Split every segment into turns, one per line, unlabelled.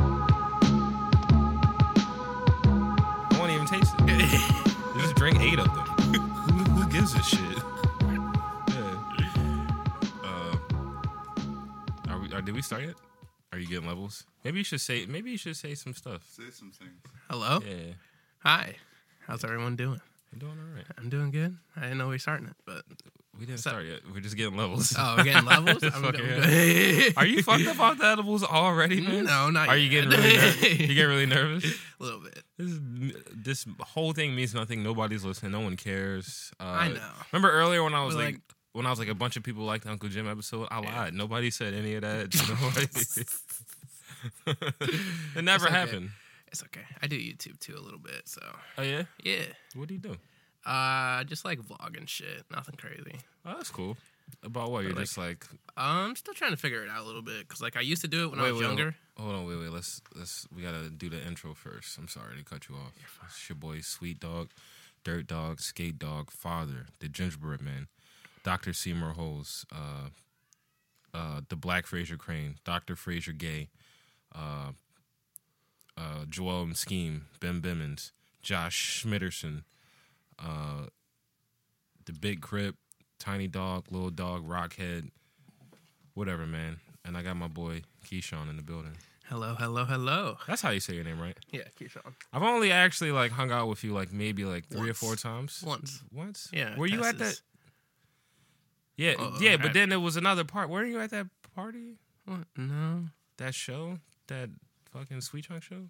Uh, start yet? Are you getting levels? Maybe you should say. Maybe you should say some stuff.
Say some things.
Hello.
Yeah,
Hi. How's everyone doing?
I'm doing all right.
I'm doing good. I didn't know we were starting it, but
We didn't
So-
start yet. We're just getting levels.
oh, we're getting levels.
Just
I'm
fucking-
good.
Are you fucked up off the edibles already, man?
No, not
Are you
yet.
getting really? Ner- you getting really nervous?
a little bit.
This is, this whole thing means nothing. Nobody's listening. No one cares. Uh,
I know.
Remember earlier when I was
We're
like,
like-
when I was like a bunch of people liked the Uncle Jim episode. I
Yeah.
lied. Nobody said any of that. Nobody. it never
okay.
happened.
It's okay. I do YouTube too a little bit, so
Oh yeah.
yeah.
What do you do?
Uh, just like vlogging shit. Nothing crazy.
Oh, that's cool. About what? You're
like-
just like.
I'm still trying to figure it out a little bit because like I used to do it when I
Wait,
was
wait,
younger.
Hold on, wait, wait. Let's let's we gotta do the intro first. I'm sorry to cut you off. It's your boy, Sweet Dog, Dirt Dog, Skate Dog, Father, the Gingerbread Man, Doctor Seymour Holes, uh, uh, the Black Fraser Crane, Doctor Fraser Gay, uh, uh, Joel and Scheme, Ben Bimmons, Josh Schmitterson, uh, the Big Crip, Tiny Dog, Little Dog, Rockhead, whatever, man. And I got my boy Keyshawn in the building.
Hello, hello, hello.
That's how you say your name, right?
Yeah, Keyshawn.
I've only actually like hung out with you like maybe like three or
Once.
four times.
Once.
Once?
Yeah.
Were you at that?
Tessa's-
Yeah,
Uh,
yeah.
I-
But then there was another part. Weren't you at that party?
What? No.
That show? That fucking Sweet Chunk show?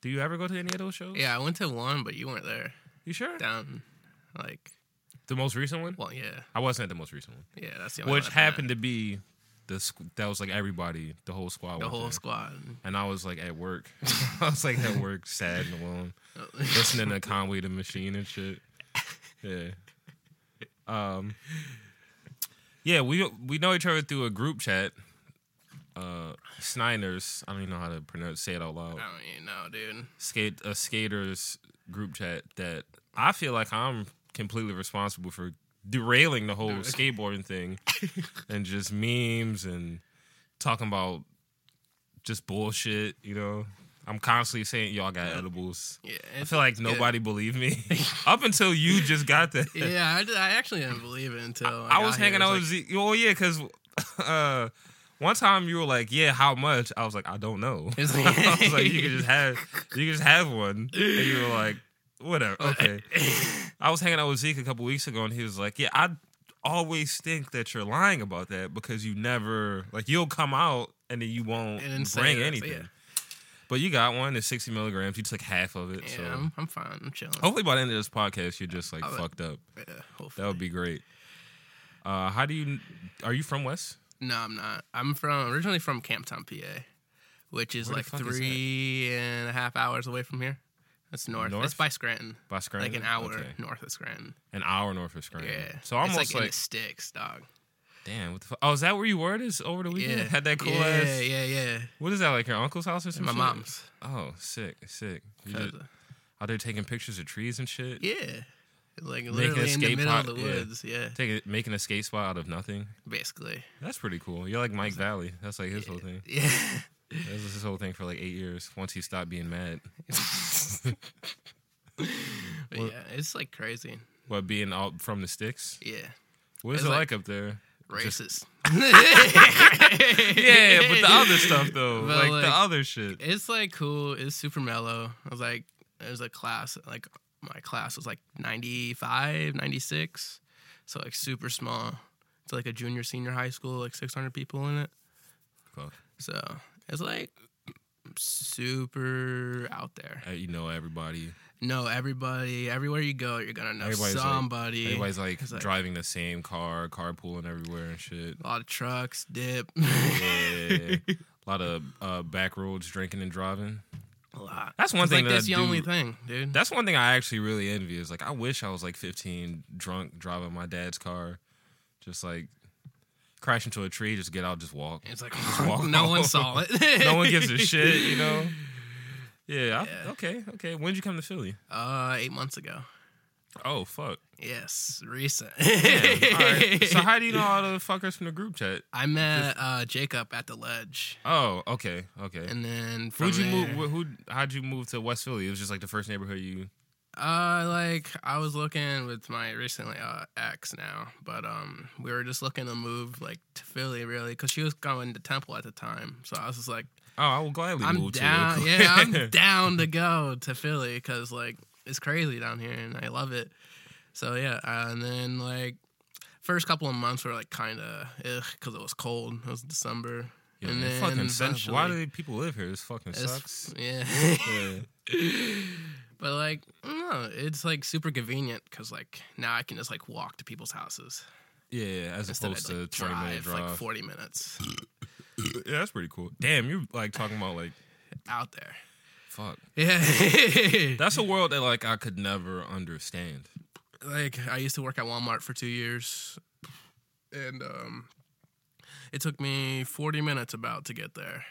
Do you ever go to any of those shows?
Yeah, I went to one, but you weren't there.
You sure?
Down, like,
The most recent one?
well, yeah,
I wasn't at the most recent one.
yeah. That's the only
Which
one I've been at.
happened to be the squ- that was like everybody, the whole squad.
the
went
whole
there.
squad.
And I was like at work. I was like at work, sad and alone. listening to Conway the Machine and shit. Yeah. Um. Yeah, we we know each other through a group chat. Uh, Sniners. I don't even know how to pronounce. Say it out loud.
I don't even know, dude.
Skate a skaters group chat that I feel like I'm completely responsible for derailing the whole skateboarding thing, and just memes and talking about just bullshit. You know, I'm constantly saying y'all got edibles.
Yeah,
I
it's-
feel like
it's good.
nobody believed me up until you just got that.
Yeah, I, did- I actually didn't believe it until
I, was hanging out with Z. Oh yeah, because uh, one time you were like, "Yeah, how much?" I was like, "I don't know." I
It's
was
like-
like, "You could just have, you could just have one," and you were like, "Whatever, okay." I was hanging out with Zeke a couple weeks ago, and he was like, "Yeah, I always think that you're lying about that because you never like you'll come out and then you won't
And then say
bring
it, so
anything."
yeah.
But you got one. It's sixty milligrams. You took half of it.
Yeah,
so.
I'm, I'm fine. I'm chilling.
Hopefully by the end of this podcast, you're just like
I'll-
fucked up.
Yeah,
That
hopefully.
would be great. Uh, how do you? Are you from West?
No, I'm not. I'm from originally from Camptown, PA, which is
Where the
like
fuck is that?
three and a half hours away from here. That's north. It's
North?
by Scranton,
By Scranton,
like an hour
Okay.
north of Scranton.
an hour north of Scranton.
Yeah,
So
It's,
almost
like,
like,
in the sticks, dog.
damn. What the fuck? Oh, is that where you were this over the weekend?
Yeah,
Had that cool
yeah,
ass.
Yeah, yeah,
What is that like? Your uncle's house or
yeah.
something?
My mom's.
Oh, sick, sick. You just,
cousin.
out there taking pictures of trees and shit.
Yeah, like
a
literally in the
skate
middle
park,
of the
yeah.
woods. Yeah,
Taking making a skate spot out of nothing.
basically.
That's pretty cool. You're like Mike Valley. That's like his whole thing.
Yeah.
That was his whole thing for like eight years. Once he stopped being mad,
But yeah, it's like crazy.
but being out from the sticks.
Yeah.
What is
It's
it
like-
like up there?
Racist.
Yeah, but the other stuff though,
But,
like, the
like,
other shit.
It's like cool. It's super mellow. I was like, there's a class, like my class was like 95, 96. So like super small. It's like a junior, senior high school, like 600 people in it.
Fuck.
So it's like super out there.
Uh, You know everybody.
No, everybody, everywhere you go, you're going to know
Everybody's like-
somebody.
Everybody's like
It's like-
driving the same car, carpooling everywhere and shit.
a lot of trucks, dip.
Yeah. A lot of uh, back roads drinking and driving.
a lot.
That's one
It's
thing
like
that
that's
I
the
do-
only thing, dude.
That's one thing I actually really envy is like I wish I was like 15, drunk, driving my dad's car, just like crash into a tree, just get out, just walk.
It's like
walk
no
home.
one saw it.
no one gives a shit, you know. Yeah. I-
Yeah.
okay. Okay. When would you come to Philly?
Uh, eight months ago.
Oh fuck.
Yes, recent.
Damn. All right. So how do you know all the fuckers from the group chat?
I met uh, Jacob at the ledge,
Oh, okay, okay.
and then from
Who'd you
there,
move? Who? How'd you move to West Philly? It was just like the first neighborhood you.
Uh, like I was looking with my recently uh, ex now, but um, we were just looking to move like to Philly really, cause she was going to Temple at the time. So I was just like,
Oh, I will gladly
I'm
move
down,
to.
yeah, I'm down to go to Philly, cause like it's crazy down here and I love it. So yeah, uh, and then like first couple of months were like kind of ugh, cause it was cold. It was December,
Yeah,
and
it
then
fucking sucks.
eventually,
Why do people live here? This fucking
it's-
sucks.
yeah.
Yeah.
but like no it's like super convenient because like now i can just like walk to people's houses
Yeah, as
instead
opposed
of like,
to 20 minute
drive, like
drive.
40 minutes
yeah, that's pretty cool. Damn, you're like talking about like
out there
fuck.
yeah
That's a world that like I could never understand.
like i used to work at walmart for two years and um it took me 40 minutes about to get there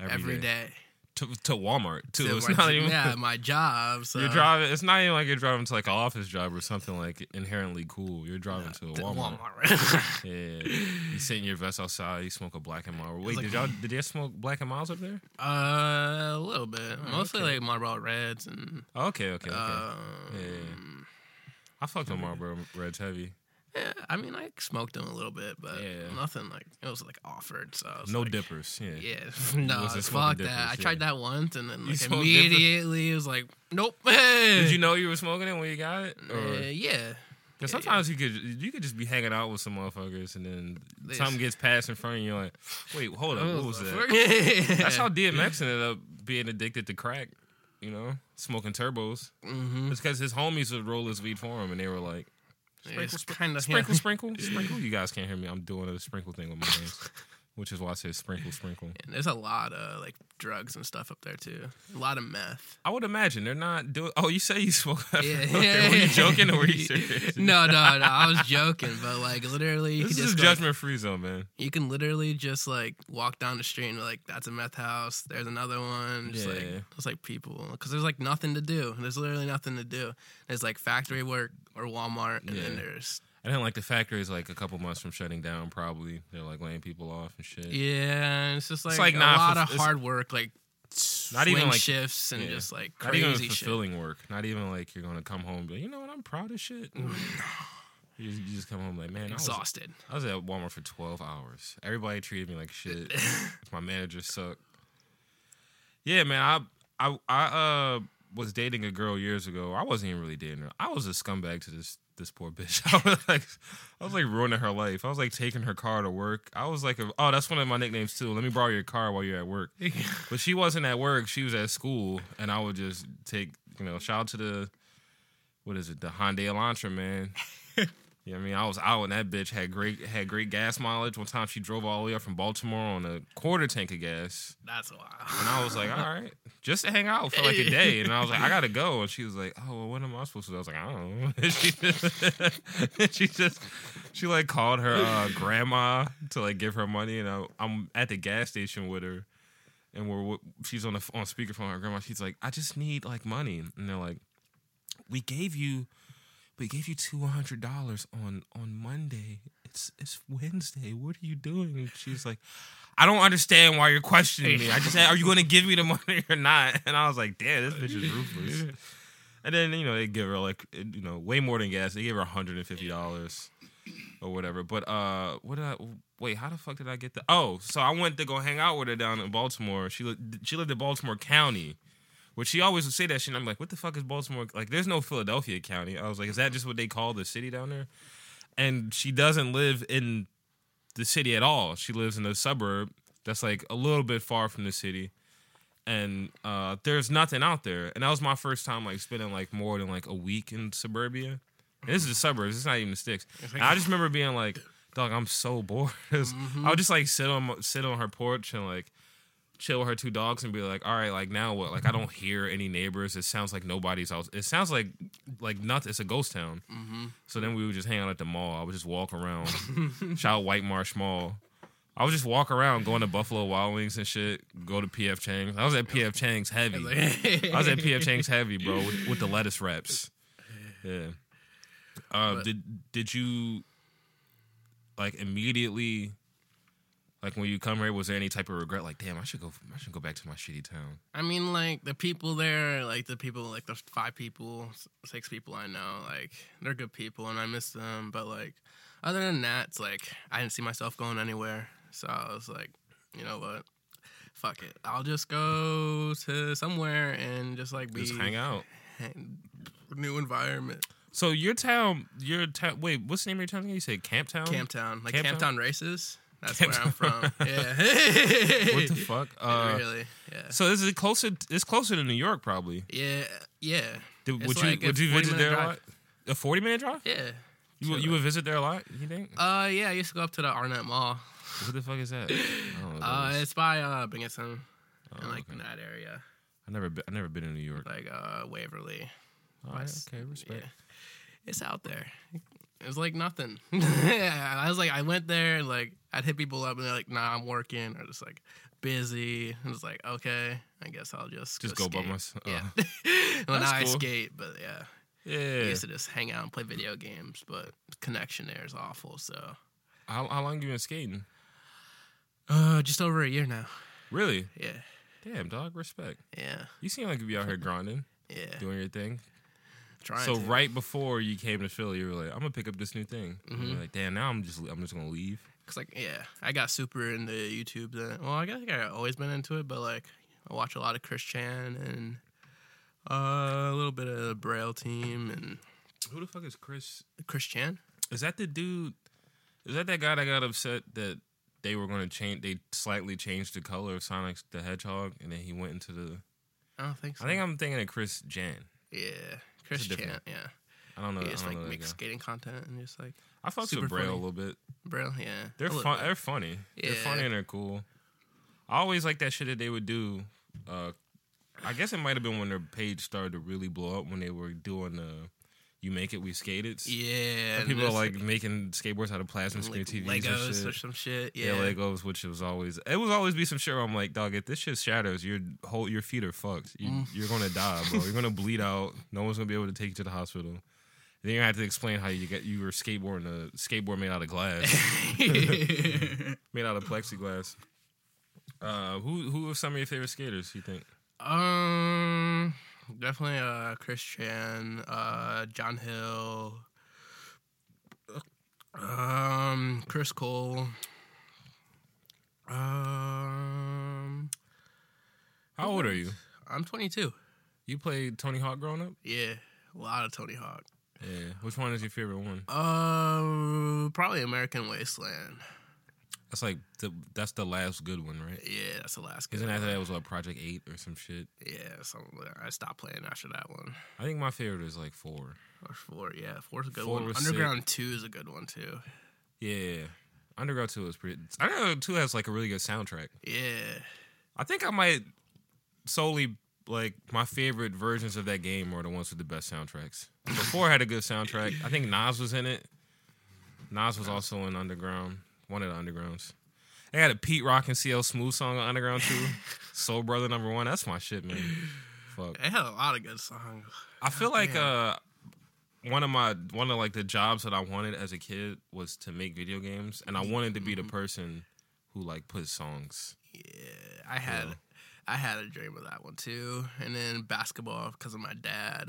every day,
To, to Walmart too.
To
it's
my-
not even
yeah my job so
you're driving. It's not even like you're driving to like an office job or something like inherently cool. You're driving to a
Uh, to
Walmart.
Walmart.
Yeah, you sit in your vest outside. You smoke a black and mild. Wait,
like-
did y'all did y'all smoke black and miles up there?
uh, a little bit, mostly
okay.
like Marlboro Reds and
Oh, Okay, okay, okay.
um,
Yeah, yeah, yeah. I fucked on Marlboro Reds heavy.
Yeah, I mean, I smoked them a little bit, but
Yeah.
nothing like it was like offered. So I was
No
like,
dippers. Yeah.
Yeah, no,
wasn't
fuck
smoking
that. I
difference,
tried that once, and then like,
smoked different?
immediately it was like, nope.
Did you know you were smoking it when you got it? Or-
Uh, yeah,
Cause
Yeah,
sometimes you could you could just be hanging out with some motherfuckers and then
This.
something gets passed in front of you. You're like, wait, hold up,
Oh,
what was that? That's how DMX ended up being addicted to crack. You know, smoking turbos.
hmm
It's because his homies would roll his weed for him, and they were like,
It's kind of
sprinkle, sprinkle, sprinkle. You guys can't hear me. I'm doing a sprinkle thing with my hands, which is why I said sprinkle, sprinkle.
There's a lot of like drugs and stuff up there too. A lot of meth.
I would imagine they're not doing. Oh, you say you smoke?
Yeah.
okay, were you joking or were you serious?
no, no, no. I was joking, but like literally, you
This
could
is a
just, like,
judgment free zone, man.
you can literally just like walk down the street and be like that's a meth house there's another one just like
Yeah.
it's like people because there's like nothing to do there's literally nothing to do there's like factory work or walmart and then
Yeah.
there's
And then like the factory is like a couple months from shutting down. Probably they're like laying people off and shit.
yeah it's just like,
like
a
not
lot
fulf-
of
it's-
hard work like
Not
not
even,
even
like-
shifts and
yeah.
just like
Not even
crazy shit
fulfilling work. Not even like you're gonna come home. and be like, you know what? I'm proud of shit.
Mm.
you, just, you just come home like, man, I was,
exhausted
I was at Walmart for 12 hours. Everybody treated me like shit. My manager sucked. Yeah, man. I I I uh was dating a girl years ago. I wasn't even really dating her. I was a scumbag to this this poor bitch. I was like I was like ruining her life. I was like taking her car to work. I was like, a, oh, that's one of my nicknames too. Let me borrow your car while you're at work. But she wasn't at work. She was at school, and I would just take you know shout out to the what is it the Hyundai Elantra man. Yeah, I mean, I was out and that bitch had great had great gas mileage. One time she drove all the way up from Baltimore on a quarter tank of gas,
that's a
and
while
I was like, all right, just to hang out for like a day. And I was like, I gotta go. And she was like, oh, well, what am I supposed to? do? I was like, I don't know. And she just she just she like called her uh, grandma to like give her money, and I, I'm at the gas station with her, and we're w- she's on the f- on speakerphone. Her grandma, she's like, I just need like money, and they're like, we gave you we gave you two hundred dollars on on Monday. It's it's Wednesday. What are you doing? And she's like, I don't understand why you're questioning me. I just said, are you going to give me the money or not? And I was like, damn, this bitch is ruthless. And then you know they give her like you know way more than gas. They gave her hundred and fifty dollars or whatever. But uh, what did I? Wait, how the fuck did I get the? Oh, so I went to go hang out with her down in Baltimore. She lived, she lived in Baltimore County. Which she always would say that shit. And I'm like, what the fuck is Baltimore? Like, there's no Philadelphia County. I was like, is that just what they call the city down there? And she doesn't live in the city at all. She lives in a suburb that's like a little bit far from the city. And uh, there's nothing out there. And that was my first time like spending like more than like a week in suburbia. And this is the suburbs. It's not even the sticks. And I just remember being like, dog, I'm so bored. I would just like sit on sit on her porch and like chill with her two dogs and be like, all right, like now what? Like I don't hear any neighbors. It sounds like nobody's out. It sounds like like nothing. It's a ghost town. So then we would just hang out at the mall. I would just walk around. Shout out White Marsh Mall. I would just walk around, going to Buffalo Wild Wings and shit. Go to PF Chang's. I was at PF Chang's heavy. I was at PF Chang's heavy, bro, with, with the lettuce wraps. Yeah. Uh,
But-
did did you like immediately Like when you come here, was there any type of regret? Like, damn, I should go. I should go back to my shitty town.
I mean, like the people there, like the people, like the five people, s- six people I know, like they're good people, and I miss them. But like, other than that, it's like I didn't see myself going anywhere, so I was like, you know what, fuck it, I'll just go to somewhere and just like be
Just hang out.
hang- new environment,
So your town, your town. Wait, what's the name of your town? again? You said Camp Town.
Camp Town, like
Oh. Camp
Camp
Town?
Town races. That's
Camp
where I'm
Town.
from. Yeah.
What the fuck? Uh,
really? Yeah.
So this is closer. It's closer to New York, probably.
Yeah. Yeah.
Did,
It's
would
like
you
a
would you
40
visit
minute
there a
drive.
lot? A forty minute drive?
Yeah.
You would- you would visit there a lot? You think?
Uh, yeah, I used to go up to the Arnett Mall.
what the fuck is that? I don't know what
Uh,
that is.
it's by uh Binghamton,
Oh,
and like
okay.
in that area,
I never been, I never been in New York.
like uh Waverly.
All right,
West-
okay, respect.
Yeah. It's out there. It's like nothing. yeah, I was like, I went there and like I'd hit people up and they're like, "Nah, I'm working," or just like busy. And it's like, okay, I guess I'll just
Just go by
skate."
myself.
Yeah.
Oh.
well,
That's
now I
cool.
skate, but yeah, I
Yeah.
used to just hang out and play video games, but connection there is awful. So,
How how long you been skating?
uh, just over a year now.
Really?
Yeah,
Damn, dog. Respect.
yeah,
You seem like you be out here grinding,
yeah.
doing your thing.
Trying
so
to.
right before you came to Philly, you were like, "I'm gonna pick up this new thing." And you're
Mhm.
like, "Damn, now I'm just I'm just gonna leave."
Cause like yeah, I got super into YouTube. Then well, I guess like, I always been into it, but like I watch a lot of Chris Chan and uh, a little bit of the Braille Team and
Who the fuck is Chris?
Chris Chan.
Is that the dude? Is that that guy that got upset that they were gonna change? They slightly changed the color of Sonic the Hedgehog, and then he went into the.
I don't think so.
I think I'm thinking of Chris Jan.
yeah, Chris
It's a
Chan.
different-
Yeah,
I don't know.
he
I
just
don't
like
know that
makes
guy.
skating content and just like
I fucks
super
with Braille a
funny.
little bit.
Braille. Yeah,
They're
a little
fun.
bit.
They're funny. They're
Yeah.
funny and they're cool. I always like that shit that they would do. Uh, I guess it might have been when their page started to really blow up when they were doing the "You Make It, We Skate It."
Yeah,
And
and
people are
there's,
like making skateboards out of plasma
like,
screen TVs and
Legos
shit.
or some shit.
yeah.
Yeah,
Legos, which was always it was always be some shit. Where I'm like, dog, if this shit shatters, your whole your feet are fucked. You,
Mm.
You're gonna die, bro. You're gonna bleed out. No one's gonna be able to take you to the hospital. Then you have to explain how you get you were skateboarding a skateboard made out of glass. made out of plexiglass. Uh, who who are some of your favorite skaters? You think?
Um, definitely uh Chris Chan, uh John Hill, um Chris Cole, um
How old are you?
I'm 22.
You played Tony Hawk growing up?
Yeah, a lot of Tony Hawk.
Yeah. Which one is your favorite one?
Uh, probably American Wasteland.
That's like the that's the last good one, right?
Yeah, that's the last.
Because
good
then after
one.
that was like Project Eight or some shit.
Yeah, something like that. I stopped playing after that one.
I think my favorite is like four.
Or four, yeah, four's a good
Four
one.
was sick.
Underground two is a good one too.
Yeah. Underground Two is pretty. Underground Two has like a really good soundtrack.
Yeah.
I think I might solely like my favorite versions of that game are the ones with the best soundtracks. Before had a good soundtrack. I think Nas was in it. Nas was also in Underground, one of the Undergrounds. They had a Pete Rock and CL Smooth song on Underground too. Soul Brother number one. That's my shit, man. Fuck.
They had a lot of good songs.
I feel like
Oh, Yeah.
uh one of my one of like the jobs that I wanted as a kid was to make video games, and I wanted to be
Mm-hmm.
the person who like put songs.
Yeah, I had,
Yeah.
I had a dream of that one too. And then basketball because of my dad.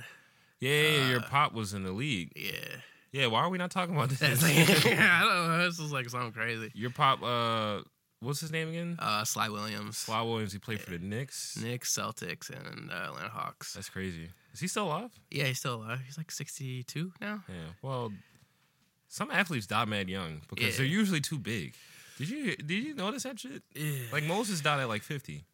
Yeah, yeah, yeah, your
Uh,
pop was in the league.
Yeah,
Yeah, why are we not talking about
It's
this?
like- I don't know. This is like something crazy.
Your pop, uh, what's his name again?
Uh, Sly Williams,
Sly Williams. He played for the Knicks.
Knicks, Celtics, and uh, Atlanta Hawks.
That's crazy. Is he still alive?
Yeah, he's still alive. He's like sixty-two now.
Yeah. Well, some athletes die mad young because
Yeah.
they're usually too big. Did you did you notice that shit?
Yeah,
Like Moses died at like fifty.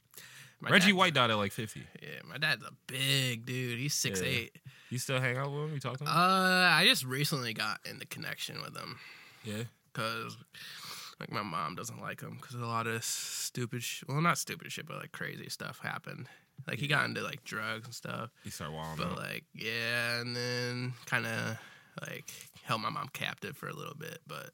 my
Reggie
dad-
White died at like fifty.
Yeah, my dad's a big dude. He's six eight.
You still hang out with him? You talk to him?
Uh, I just recently got into connection with him.
yeah.
because like my mom doesn't like him because a lot of stupid sh- well not stupid shit but like crazy stuff happened like he got into like drugs and stuff
He started wilding
but
out.
like yeah and then kind of like held my mom captive for a little bit but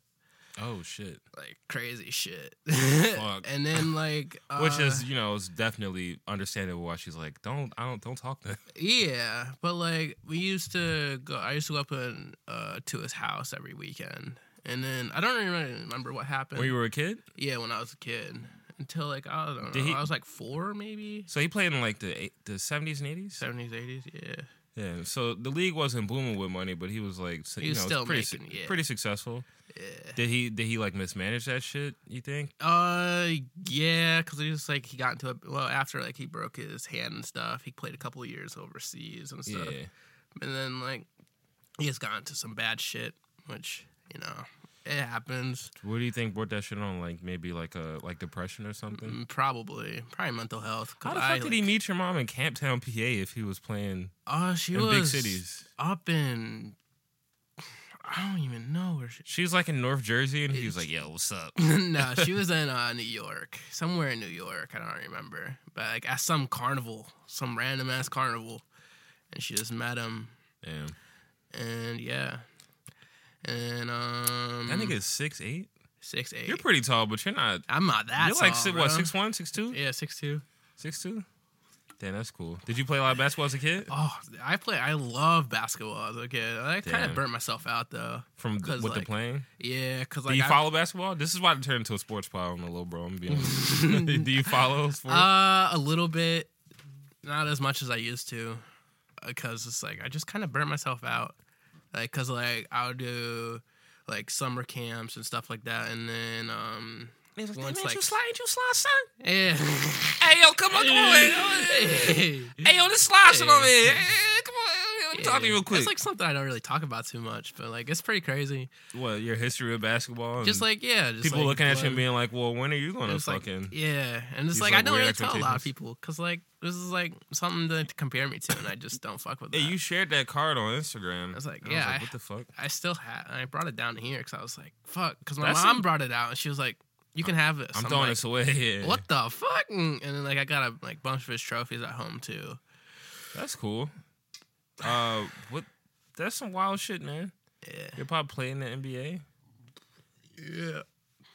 oh shit.
like crazy shit
Fuck.
and then like uh,
Which is you know is definitely understandable why she's like don't I don't don't talk to him.
yeah but like we used to go i used to go up in, uh, to his house every weekend And then I don't really remember what happened.
When you were a kid,
yeah, when I was a kid. Until like I don't know,
Did he-
I was like four maybe,
so he played in like the eight- the seventies and eighties.
seventies, eighties. Yeah,
Yeah. So the league wasn't booming with money, but he was like,
He was
you know,
still
pretty
making,
su-
yeah.
pretty successful.
yeah.
Did he did he like mismanage that shit? You think?
Uh, yeah, because he was like he got into a well after like he broke his hand and stuff. He played a couple of years overseas and stuff,
Yeah.
and then like he has gotten into some bad shit, which you know it happens.
What do you think brought that shit on? Like maybe like a like depression or something.
Mm, Probably, probably mental health. 'cause
How the fuck
I,
did he
like-
meet your mom in Camptown, PA, if he was playing
Oh, she
in
was
big cities?
up in. I don't even know where she.
She was like in North Jersey, and he was
It's-
like, "Yo, what's up?"
no, she was in uh, New York, somewhere in New York. I don't remember, but like at some carnival, some random ass carnival, and she just met him. Mm-hmm.
Damn,
and yeah, and um,
that nigga's six eight.
six eight.
You're pretty tall, but you're not.
I'm not that.
you're like
tall,
si-
bro.
what six one, six two,
Yeah, six two.
six two. Damn, that's cool. Did you play a lot of basketball as a kid?
Oh, I play. I love basketball as a kid. I kind
Damn.
of burnt myself out though.
From th-
'Cause,
with the
like,
playing,
Yeah, because
do
like
you
I-
follow basketball? This is why it turned into a sports pod on the little bro. I'm being honest. do you follow sports?
uh, a little bit, not as much as I used to, because it's like I just kind of burnt myself out. Like, cause like I'll do like summer camps and stuff like that, and then um,
He's like,
once,
"Hey, man,
like-
slide, you slide, son.
yeah.
Hey, yo, come on, Hey, yo, this slide shit over here. Hey, come on, let me talk to you real quick.
It's like something I don't really talk about too much, but like it's pretty crazy.
what your history of basketball? and
Just like yeah, just
Um, people
like,
looking at you and
blood.
being like, "Well, when are you going to
It's like,
fucking?"
yeah, and it's
These,
like,
like,
I don't
weird
really tell a lot of
expectations.
people because like this is like something to, to compare me to, and I just don't fuck with
Hey,
that.
you shared that card on Instagram.
I was like,
And
yeah, I-
what the fuck?
I still had I brought it down here because I was like fuck because my
That's
mom
it.
brought it out and she was like you can have this.
I'm, throwing
like,
this away. Yeah.
What the fuck? And then like I got a like bunch of his trophies at home too.
That's cool. Uh, what? That's some wild shit, man.
Yeah,
Your pop played in the NBA.
yeah,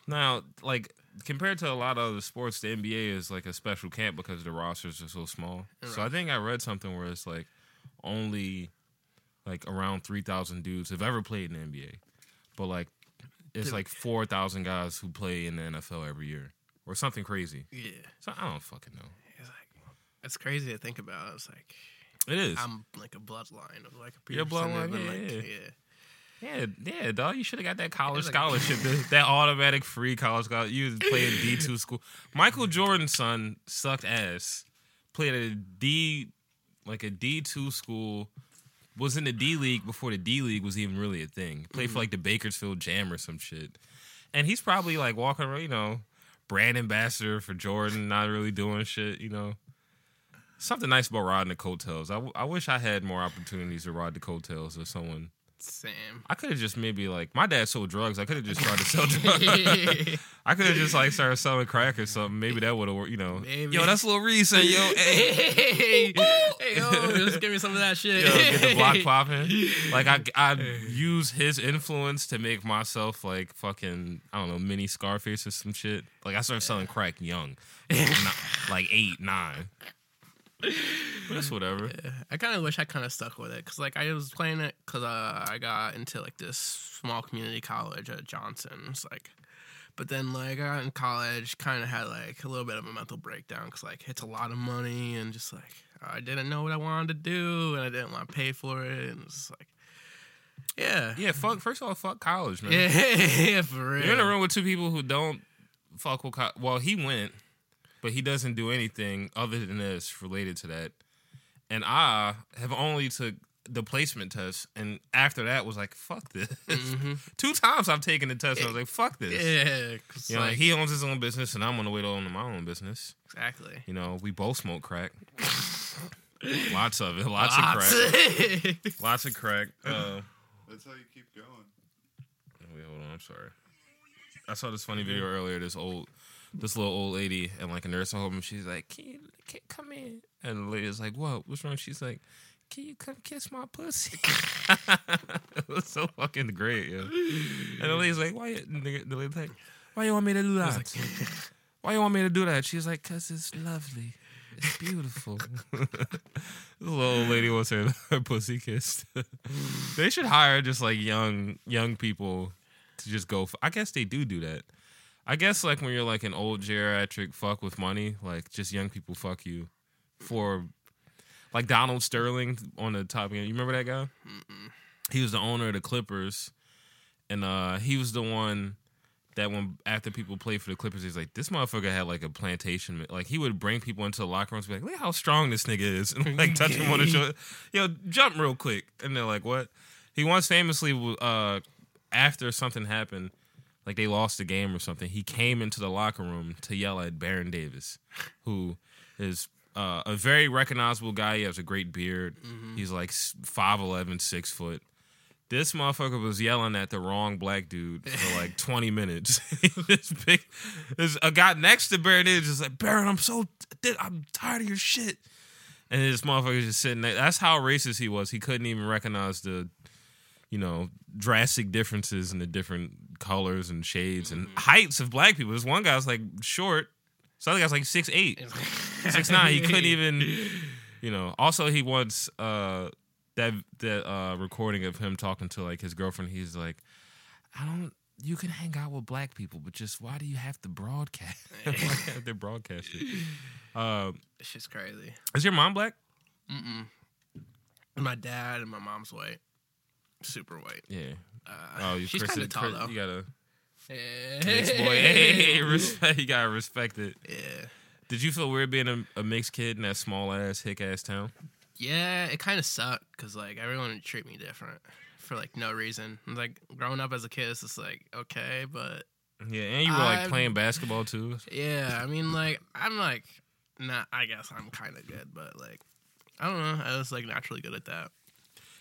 Now, like compared to a lot of other sports, the NBA is like a special camp because the rosters are so small. So I
Right.
think I read something where it's like only like around three thousand dudes have ever played in the NBA, but like it's
Dude.
like four thousand guys who play in the NFL every year or something crazy.
yeah.
So I don't fucking know.
It's like it's crazy to think about. It's like
It is.
I'm like a bloodline of like a
Your bloodline,
percentage,
yeah,
but,
yeah.
like, yeah.
Yeah, yeah, dog. You should have got that college
It's like-
scholarship, that, that automatic free college scholarship. You was playing D two school. Michael Jordan's son sucked ass. Played at a D, like a D two school. Was in the D league before the D league was even really a thing. Played for like the Bakersfield Jam or some shit. And he's probably like walking around, you know, brand ambassador for Jordan, not really doing shit, you know. Something nice about riding the coattails. I, w- I wish I had more opportunities to ride the coattails of someone
Sam.
I could have just maybe like my dad sold drugs. I could have just tried to sell drugs. I could have just like started selling crack or something. Maybe that would have worked. You know,
Maybe.
yo, that's Lil Reese. and Yo, hey,
hey, yo, just give me some of that shit.
yo, get the block popping. Like I, I use his influence to make myself like fucking I don't know mini Scarface or some shit. Like I started selling crack young, like, ni- like eight, nine. But it's whatever.
I kind of wish I kind of stuck with it because, like, I was playing it because uh, I got into like this small community college at Johnson. It's like, but then like I got in college, kind of had like a little bit of a mental breakdown because like it's a lot of money and just like I didn't know what I wanted to do and I didn't want to pay for it and it's like, yeah,
Yeah, fuck. First of all, fuck college, man.
yeah, for real.
You're in a room with two people who don't fuck with. Co- well, he went, but he doesn't do anything other than this related to that. And I have only took the placement test, and after that was like, fuck this.
Mhm.
two times I've taken the test, and I was like, fuck this.
Yeah, 'cause,
You know,
like-
he owns his own business, and I'm on the way to own my own business.
exactly.
You know, we both smoke crack. lots of it, lots, of crack, lots of crack. Uh,
That's how you keep going.
Wait, hold on. I'm sorry. I saw this funny video earlier. This old, this little old lady and like a nursing home. And she's like, "Can you can, come in?" And the lady's like, "What? What's wrong?" She's like, "Can you come kiss my pussy?" it was so fucking great, yeah. And the lady's like, "Why?" you-" and The the lady's like, "Why you want me to do that? Why you want me to do that?" She's like, "Cause it's lovely." It's beautiful. this little old lady wants her, her pussy kissed. they should hire just like young young people to just go. F- I guess they do do that. I guess like when you're like an old geriatric fuck with money, like just young people fuck you for like Donald Sterling on the top. You remember that guy? He was the owner of the Clippers, and uh he was the one that when after people played for the Clippers, he's like, this motherfucker had like a plantation. Like he would bring people into the locker rooms, be like, look how strong this nigga is, and like touch him on the shoulder, yo, jump real quick, and they're like, what? He once famously, uh, after something happened, like they lost the game or something, he came into the locker room to yell at Baron Davis, who is uh, a very recognizable guy. He has a great beard. He's like s- 5'11", 6 foot. This motherfucker was yelling at the wrong black dude for like 20 minutes. this big, this, a guy next to Baron Davis is like, Baron, I'm so, I'm tired of your shit. And this motherfucker's just sitting there. That's how racist he was. He couldn't even recognize the, you know, drastic differences in the different colors and shades and heights of black people. This one guy's like short. This other guy's like six eight, six nine. He couldn't even, you know. Also, he once uh, that that uh, recording of him talking to like his girlfriend. He's like, I don't. You can hang out with black people, but just why do you have to broadcast? why do you have to broadcast it? Uh,
It's just crazy.
is your mom black?
Mm-mm. And my dad and my mom's white, super white.
Yeah.
Uh,
Oh, you
she's
Chris-
kind of tall
Chris-
though.
You gotta mixed boy. Hey,
Hey.
respect. You gotta respect it.
Yeah.
Did you feel weird being a, a mixed kid in that small ass hick ass town?
Yeah, it kind of sucked because like everyone would treat me different for like no reason. And, Like growing up as a kid, it's just like okay, but
Yeah, and you were like
I'm-
playing basketball too.
yeah, I mean like I'm like not. I guess I'm kind of good, but like I don't know. I was like naturally good at that.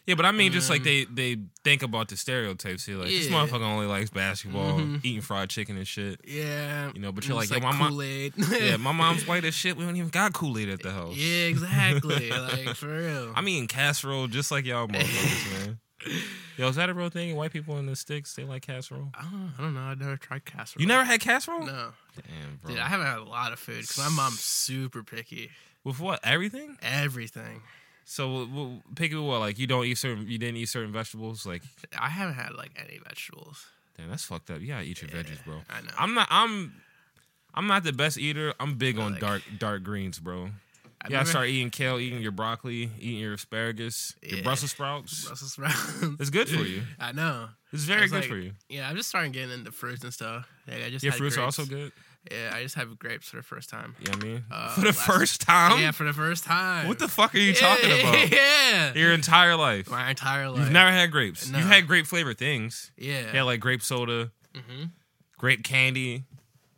Yeah, but I mean, just like
Um,
they they think about the stereotypes here. Like this
Yeah.
motherfucker only likes basketball,
Mhm.
eating fried chicken and shit.
Yeah,
You know, but
and
you're
it's,
like, yo, my mom-
Kool-Aid.
Yeah, my mom's white as shit. We don't even got Kool Aid at the house.
Yeah, exactly. like for real.
I'm eating casserole just like y'all motherfuckers, man. Yo, is that a real thing? White people in the sticks they like casserole.
I don't, I don't know. I never tried casserole.
You never had casserole?
No,
Damn, bro.
dude. I haven't had a lot of food because my mom's super picky.
With what? Everything?
Everything.
So w- w- pick it what like you don't eat certain you didn't eat certain vegetables like
I haven't had like any vegetables.
damn that's fucked up you gotta eat your veggies bro
I know.
I'm not I'm I'm not the best eater I'm big on
Like-
dark dark greens bro
I've
you gotta
never-
start eating kale eating your broccoli eating your asparagus your
Yeah.
Brussels sprouts
Brussels sprouts.
it's good for you
I know.
it's very
It's
good
like-
for you
Yeah, I'm just starting getting into fruits and stuff. Like, I just
your
had
fruits are
grapes.
also good
Yeah, I just have grapes for the first time.
yeah I mean
Uh,
for the
last-
first time
yeah, for the first time.
what the fuck are you talking about
Yeah,
your entire life
my entire life.
you've never had grapes
No.
you've had grape flavored things
Yeah,
yeah like grape soda
hmm
grape candy.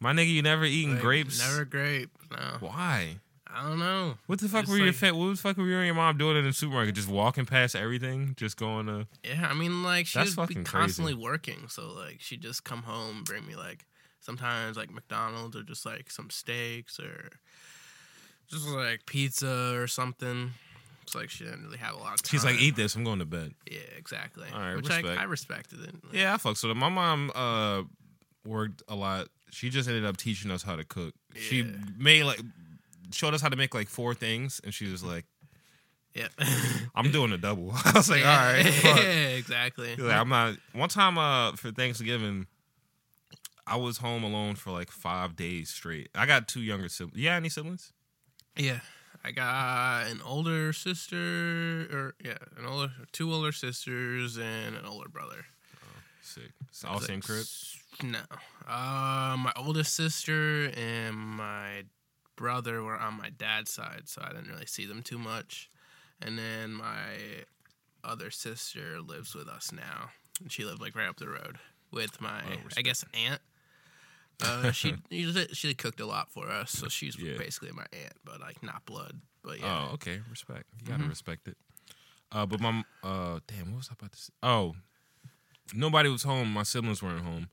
My nigga, you never eaten grapes.
Never grape. No,
Why?
I don't know.
What the fuck
It's
were your
like-
fa- what the fuck were you and your mom doing in the supermarket? Just walking past everything, just going to.
Yeah, I mean, like she
That's
would
fucking
be
crazy.
constantly working, so like she'd just come home, bring me like sometimes like McDonald's or just like some steaks or just like pizza or something. It's like she didn't really have a lot of time.
She's like, eat this. I'm going to bed.
Yeah, exactly.
All right,
Which
respect.
I, I respected it. Like,
Yeah, I fuck. So my mom uh worked a lot. She just ended up teaching us how to cook. She
Yeah.
made like showed us how to make like four things, and she was like,
Yep.
"I'm doing a double." I was like, "All right." fuck."
Yeah, exactly.
He's like, I'm not. One time, uh, for Thanksgiving, I was home alone for like five days straight. I got two younger siblings. Yeah, any siblings?
yeah. I got an older sister, or yeah, an older, two older sisters, and an older brother.
Sick. It's all
Like,
same crib.
s- No, uh, my oldest sister and my brother were on my dad's side, so I didn't really see them too much. And then my other sister lives with us now. and She lived like right up the road with my,
Oh,
I
respect.
guess, aunt. Uh, she usually- she cooked a lot for us, so she's
Yeah.
basically my aunt, but like not blood. But yeah,
Oh, okay. Respect. You gotta
Mhm.
respect it. Uh, but my uh, damn, what was I about to say? Oh, nobody was home. My siblings weren't home,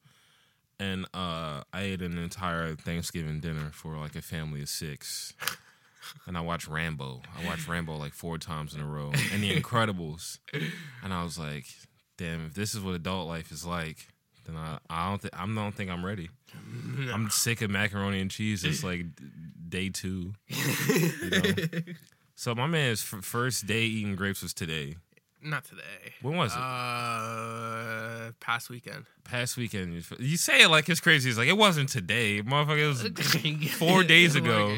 and uh, I ate an entire Thanksgiving dinner for like a family of six. And I watched Rambo. I watched Rambo like four times in a row, and The Incredibles. And I was like, "Damn, if this is what adult life is like, then I, I don't think I don't think I'm ready.
No.
Um, I'm sick of macaroni and cheese. It's like d- day two. So my man's f- first day eating grapes was today.
Not today.
When was it?
Uh, past weekend.
Past weekend. you- You say it like it's crazy. It's like it wasn't today, motherfucker. It was Four days ago.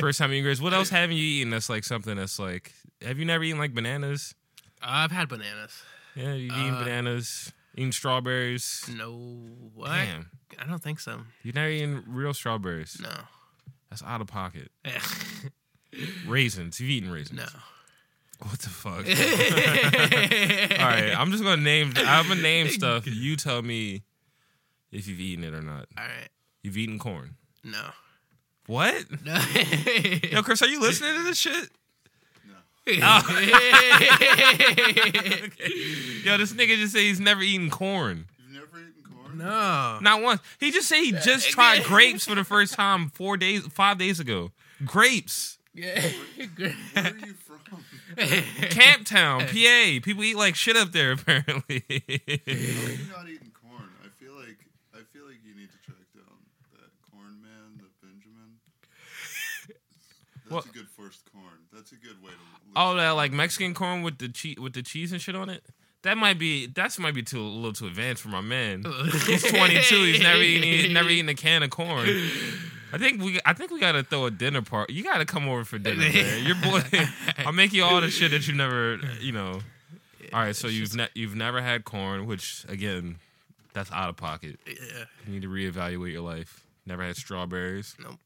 first time you guys. What else haven't you eaten? That's like something that's like. Have you never eaten like bananas?
I've had bananas.
Yeah, you eating
Uh,
bananas, eating strawberries.
No, what?
Damn,
I don't think so.
you never eating real strawberries.
No.
That's out of pocket.
no.
Raisins. You've eaten raisins. What the fuck?
All
All
right.
right, I'm just gonna name. I'm gonna name stuff. You tell me if you've eaten it or not.
All right.
You've eaten corn.
No.
What?
No.
Yo, Chris, are you listening to this shit? Yo, this nigga just said he's never eaten corn.
You've never eaten corn?
no.
Not once. He just said he just tried grapes for the first time four days, five days ago. Grapes.
Where are you from?
Camp Town, PA. People eat like shit up there, apparently.
How are you not eating corn? I feel like I feel like you need to track down that corn man, that Benjamin.
What?
That's a good first corn. That's a good way to.
All that Oh, like Mexican corn with the cheese with the cheese and shit on it. That might be that's might be too a little too advanced for my man. He's 22. He's never eaten he's never eaten a can of corn. I think we I think we gotta throw a dinner party. You gotta come over for dinner, man. Your boy. I'll make you all the shit that you never you know. All right, so
it's
you've
just-
ne- you've never had corn, which again, that's out of pocket.
Yeah.
You need to reevaluate your life. Never had strawberries.
Nope.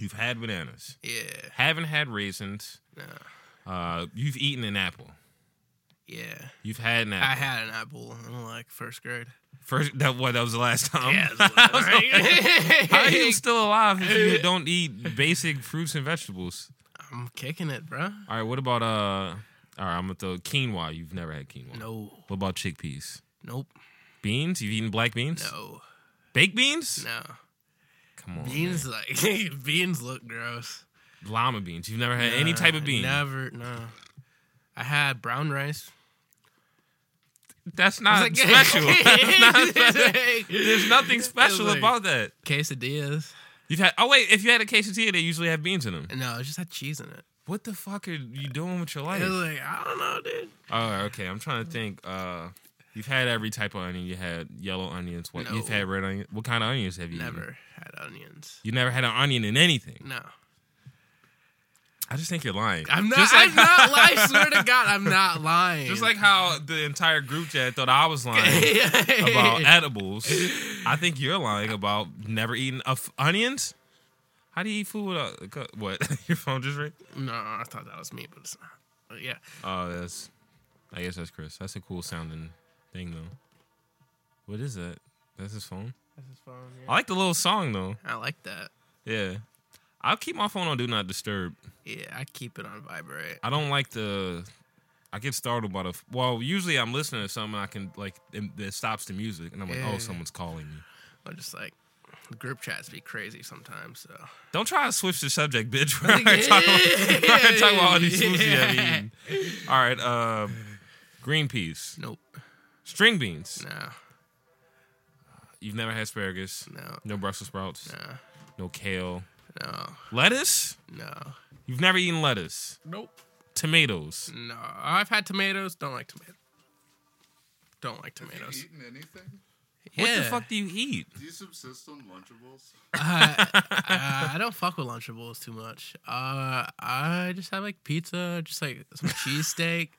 You've had bananas.
Yeah.
Haven't had raisins.
No.
Uh, you've eaten an apple.
Yeah.
You've had an apple.
I had an apple in like first grade.
First, that what that was the last time.
yeah. it was
Um, I
like,
was
all
like, How are you
right.
still alive if you don't eat basic fruits and vegetables?
I'm kicking it, bro.
All right, what about uh? All right, I'm gonna throw quinoa. You've never had quinoa.
No.
What about chickpeas?
Nope.
Beans? You've eaten black beans? Oh,
No.
Baked beans?
No.
Come on.
Beans like beans look gross.
man. Llama beans. You've never had any
Nah,
type of bean.
Never. No. I had brown rice.
That's
I
not
was like-
Ah, special. That's not special. There's nothing special
Like-
about that.
quesadillas.
You've had oh wait, if you had a quesadilla, they usually have beans in them.
No, it just had cheese in it.
What the fuck are you doing with your
I
life?
was like, I don't know, dude.
Oh, okay. I'm trying to think. Uh, you've had every type of onion. You had yellow onions. What you've
No.
had red onion. What kind of onions have you? eaten?
Never had onions.
You never had an onion in anything.
No,
I just think you're lying.
I'm not.
Just like-
I'm not. lying. I swear to God, I'm not lying.
Just like how the entire group chat thought I was lying about
about
edibles, I think you're lying about never eating a f- onions. How do you eat food without co- what? your phone just ring?
No, I thought that was me, but it's not. But yeah,
Oh, that's. I guess that's Chris. That's a cool sounding thing though. What is that? That's his phone.
that's his phone.
I like the little song though.
I like that.
Yeah. I'll keep my phone on do not disturb.
Yeah, I keep it on vibrate.
I don't like the I get startled by the well, usually I'm listening to something I can like and it stops the music and I'm like,
Yeah.
"Oh, someone's calling me."
I'm just like, the group chats be crazy sometimes. So
Don't try to switch the subject, bitch. We're already talking about, we're already talking about all these foods you have eaten. All right, uh, green peas,
nope,
string beans.
no,
You've never had asparagus,
no,
no Brussels sprouts,
no,
no kale,
no,
lettuce.
no,
You've never eaten lettuce,
nope,
tomatoes.
no. I've had tomatoes. Don't like tomatoes. Don't like
Have you
tomatoes.
eaten anything?
What the
Yeah.
fuck do you eat?
Do you subsist on Lunchables?
uh, I don't fuck with Lunchables too much. Uh, I just have like pizza, just like some cheesesteak,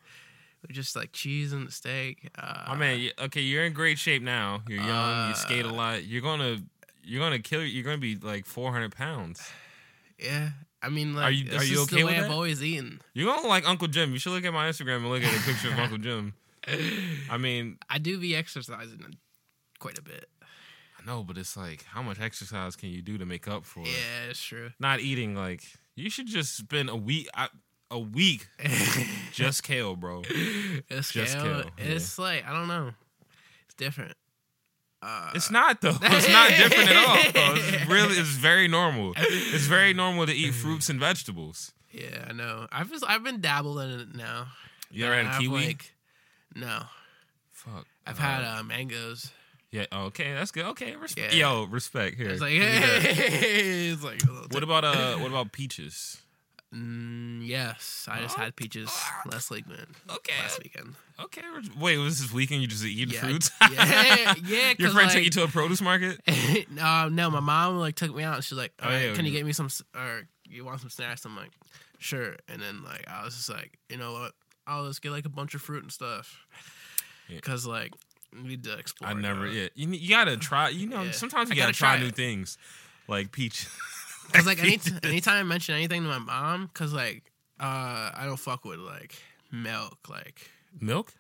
with just like cheese and the steak. Uh,
I mean, y- okay, you're in great shape now. You're young. you
Uh,
skate a lot. You're gonna, you're gonna kill. You're gonna be like 400 pounds.
yeah. I mean, like,
Are you-
it's
are you
just
okay
the way
with
I've
that?
always eaten.
You're gonna look like Uncle Jim. You should look at my Instagram and look at a picture of Uncle Jim. I mean,
I do be exercising quite a bit.
I know, but it's like, how much exercise can you do to make up for it?
Yeah, it's true.
not eating? Like, you should just spend a week, I- a week just kale, bro.
Uh, it's
Just
scale.
kill, yeah.
It's like I don't know. It's different. Uh,
It's not though. It's not different at all. It's really, it's very normal. It's very normal to eat fruits and vegetables.
yeah, I know. I've just I've been dabbling in it now.
You ever
And
had a
I've,
kiwi?
like, no,
Fuck.
I've
Uh,
had uh, mangoes.
Yeah. Okay, that's good. Okay, respect.
Yeah.
Yo, respect here.
It's like,
Give me that.
hey, it's like. a little
what
tip.
about uh, what about peaches?
Mm, yes, I just
Oh,
had peaches
fuck.
last weekend.
Okay.
Last weekend.
Okay. Wait, was this weekend you just eating
Yeah,
fruits?
yeah, yeah,
Your
'cause,
friend took
like-
you to a produce market?
no, no, my mom like took me out. and She's like,
Oh,
"All right,
yeah,
can you
you-
get me some? s- Or you want some snacks?" I'm like, "Sure." And then like I was just like, you know what? I'll just get like a bunch of fruit and stuff
Yeah.
because like we need to explore.
I never.
dog.
Yeah, you, you gotta try. You know,
Yeah.
sometimes you
I
gotta,
gotta
try,
try
new
it.
things, like peach.
Cause like any
Peaches.
anytime I mention anything to my mom, cause like uh I don't fuck with like milk, like
milk.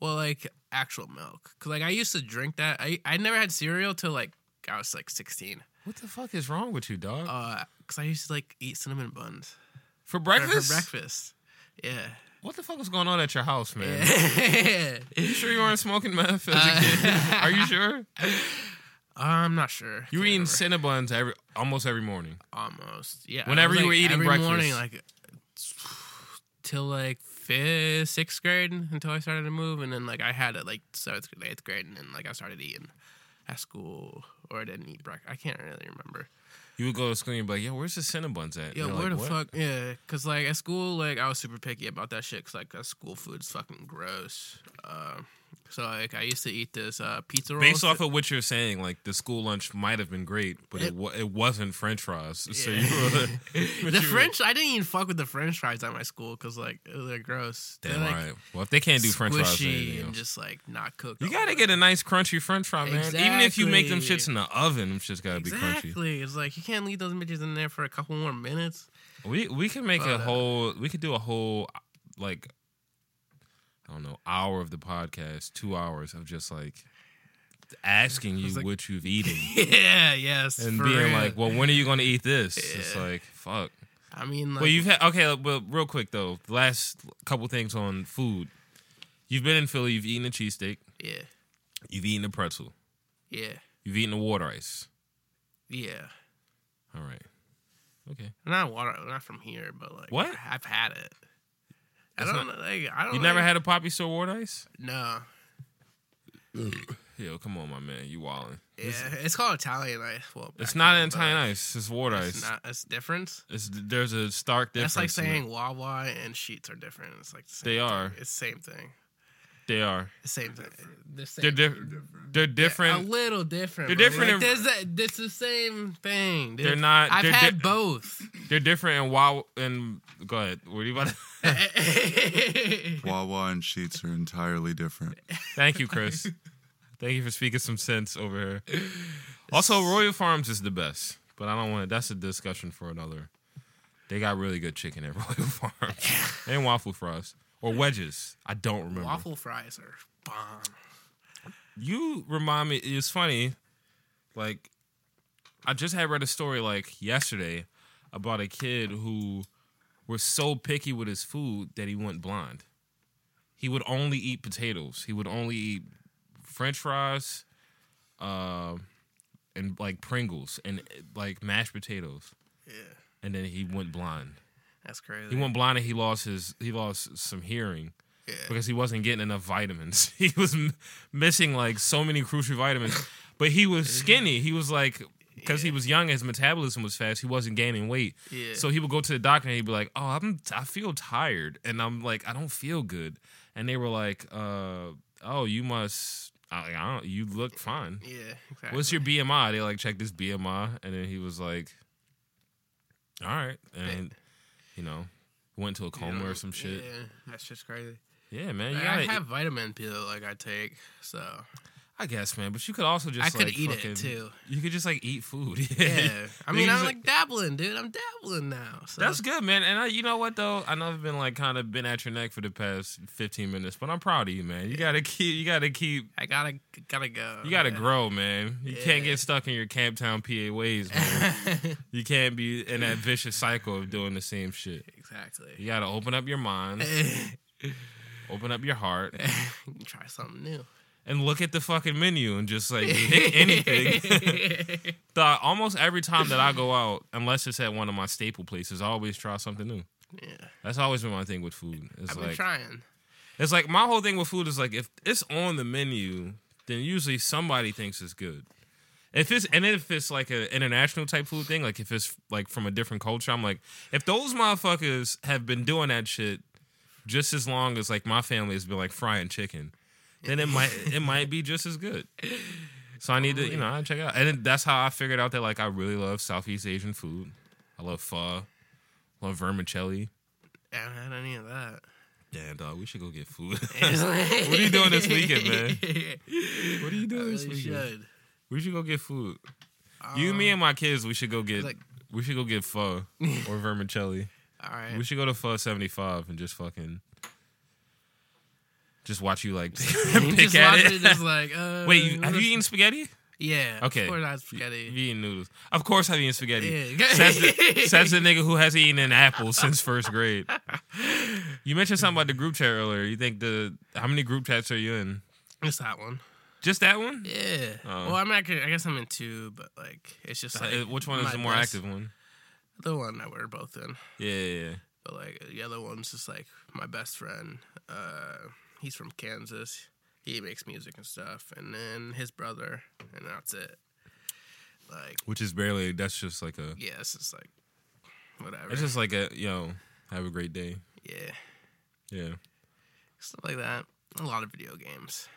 well like actual milk. Cause like I used to drink that. I I never had cereal till like I was like sixteen.
What the fuck is wrong with you, dog?
Uh, cause I used to like eat cinnamon buns
for
for-
breakfast?
For breakfast. Yeah.
What the fuck was going on at your house, man?
Yeah.
You sure you weren't smoking meth as a
Uh,
kid? Are you sure?
I'm not sure.
You were eating
Can't
Cinnabons every almost every morning.
remember. almost. Yeah. I
Whenever
was,
you were
like,
eating
every
breakfast.
morning, like till like fifth, sixth grade until I started to move, and then like I had it like seventh, eighth grade, and then like I started eating at school, or I didn't eat breakfast. I can't really remember.
You would go to school and you'd be like, "Yo, where's the Cinnabons at?"
Yeah,
And they're like,
where the
"What?"
fuck? Yeah, because like at school, like I was super picky about that shit. Cause like uh, school food's fucking gross. Uh, so like I used to eat this uh, pizza roll.
Based off of what you're saying, like the school lunch might have been great, but it
It-
wa- it wasn't French fries. So
Yeah.
you were, but
the
you were-
French, I didn't even fuck with the French fries at my school because like they're gross.
Damn
they're like
right. Well, if they can't do French fries, then,
squishy
you know.
and just like not cooked.
You
all
gotta
the
get
way.
a nice crunchy French fry, man. Even if you make them
Exactly.
shits in the oven, them shits gotta be crunchy.
exactly. It's like you can't leave those bitches in there for a couple more minutes.
We we can make a
But, uh,
whole. We could do a whole like I don't know hour of the podcast, two hours of just like asking you
It's like-
what you've eaten
yeah, yes,
and
for
being
real.
like, well, when are you gonna eat this? It's
Yeah.
like fuck.
I mean, like,
well, you've had okay. Well, real quick though, last couple things on food. You've been in Philly. You've eaten a cheesesteak.
yeah,
You've eaten a pretzel.
yeah,
You've eaten a water ice.
yeah.
All right. Okay.
Not water, not from here, but like
What?
I- I've had it.
That's
I don't know. Like, I don't.
You never
like-
had a poppy store water ice?
No.
Yo, come on, my man. You wildin'.
Yeah, it's called Italian ice. Well,
It's
back
not
then,
an
but,
Italian
like,
ice. It's water
It's
ice.
not. It's different.
It's there's a stark difference.
That's like
in it.
saying Wawa and Sheets are different. It's like the same
They
thing.
are.
It's the same thing.
they are.
The same thing. The same.
They're
thing.
different. They're different.
A little different.
They're
bro.
different
Like,
in-
there's that. It's the same thing. dude.
They're not-
I've
they're
had
di-
both.
they're different and wow. And go ahead. What are you about? To,
Wawa and sheets are entirely different.
thank you, Chris. Thank you for speaking some sense over here. Also, Royal Farms is the best, but I don't want. That's a discussion for another. They got really good chicken at Royal Farms and waffle fries or wedges. I don't remember.
Waffle fries are bomb.
You remind me. It's funny. Like, I just had read a story like yesterday about a kid who was so picky with his food that he went blind. He would only eat potatoes. He would only eat French fries, uh, and like Pringles and like mashed potatoes.
Yeah,
And then he went blind.
that's crazy.
He went blind and he lost his he lost some hearing
yeah.
because he wasn't getting enough vitamins. He was m- missing like so many crucial vitamins. But he was skinny. He was like because he was young, his metabolism was fast. He wasn't gaining weight.
Yeah.
So he would go to the doctor and he'd be like, "Oh, I'm I feel tired," and I'm like, "I don't feel good," and they were like, uh, "Oh, you must." I, I don't. You look fine.
yeah. Exactly.
What's your BMI? They like checked his BMI, and then he was like, "All right," and you know, went to a coma or some shit.
Yeah, that's just crazy.
Yeah, man. You
Like,
gotta e-,
I have vitamin pill like I take, so
I guess, man. But you could also just
I could
like,
eat
fucking-
it too.
You could just like eat food.
Yeah, I
You
mean
could
I'm
just,
like dabbling, dude. I'm dabbling now. So
that's good, man. And I, you know what though? I know I've been like kind of been at your neck for the past fifteen minutes, but I'm proud of you, man. You gotta keep. You gotta keep.
I gotta gotta go.
You gotta
man.
grow, man. You can't
Yeah.
get stuck in your Camp Town PA ways, man. you can't be in that vicious cycle of doing the same shit. You
exactly.
gotta open up your mind, open up your heart,
Try something new.
and look at the fucking menu and just like pick anything. Dog, almost every time that I go out, unless it's at one of my staple places, I always try something new.
yeah,
That's always been my thing with food. It's
I've been
like
trying.
it's like my whole thing with food is like if it's on the menu, then usually somebody thinks it's good. If it's and if it's like an international type food thing, like if it's like from a different culture, I'm like, if those motherfuckers have been doing that shit just as long as like my family has been like frying chicken, then it might it might be just as good. So I need to, you know, I check it out, and then that's how I figured out that like I really love Southeast Asian food. I love pho, love vermicelli.
I haven't had any of that.
Damn dog, we should go get food.
what
are you doing this weekend, man? what are you doing this
really
weekend?
should.
We should go get food. you,
Um,
me, and my kids. We should go get.
Uh, like-
we should go get pho or vermicelli.
All right.
We should go to pho seventy five and just fucking. Just watch you like pick
just
at
watch
it.
it. Just like, uh,
Wait, you,
what
have you
is-
eaten spaghetti?
Yeah.
Okay.
Of course I had
You-
spaghetti.
You eaten noodles? Of course, I've eaten spaghetti.
Yeah.
Says the, says the nigga who hasn't eaten an apple since first grade. You mentioned something about the group chat earlier. You think the how many group chats are you in?
It's that one.
Just that one?
Yeah.
Oh.
well, I'm not. gonna- I guess I'm in two, but like, it's just
Uh,
like
Which one is
my
the more
best-
active one?
The one that we're both in.
Yeah, yeah, yeah.
But like the other one's just like my best friend. Uh, he's from Kansas. He makes music and stuff, and then his brother, and that's it. Like,
Which is barely. That's just like a.
yeah, it's just like whatever.
It's just like a yo. Have a great day.
yeah,
Yeah.
stuff like that. A lot of video games.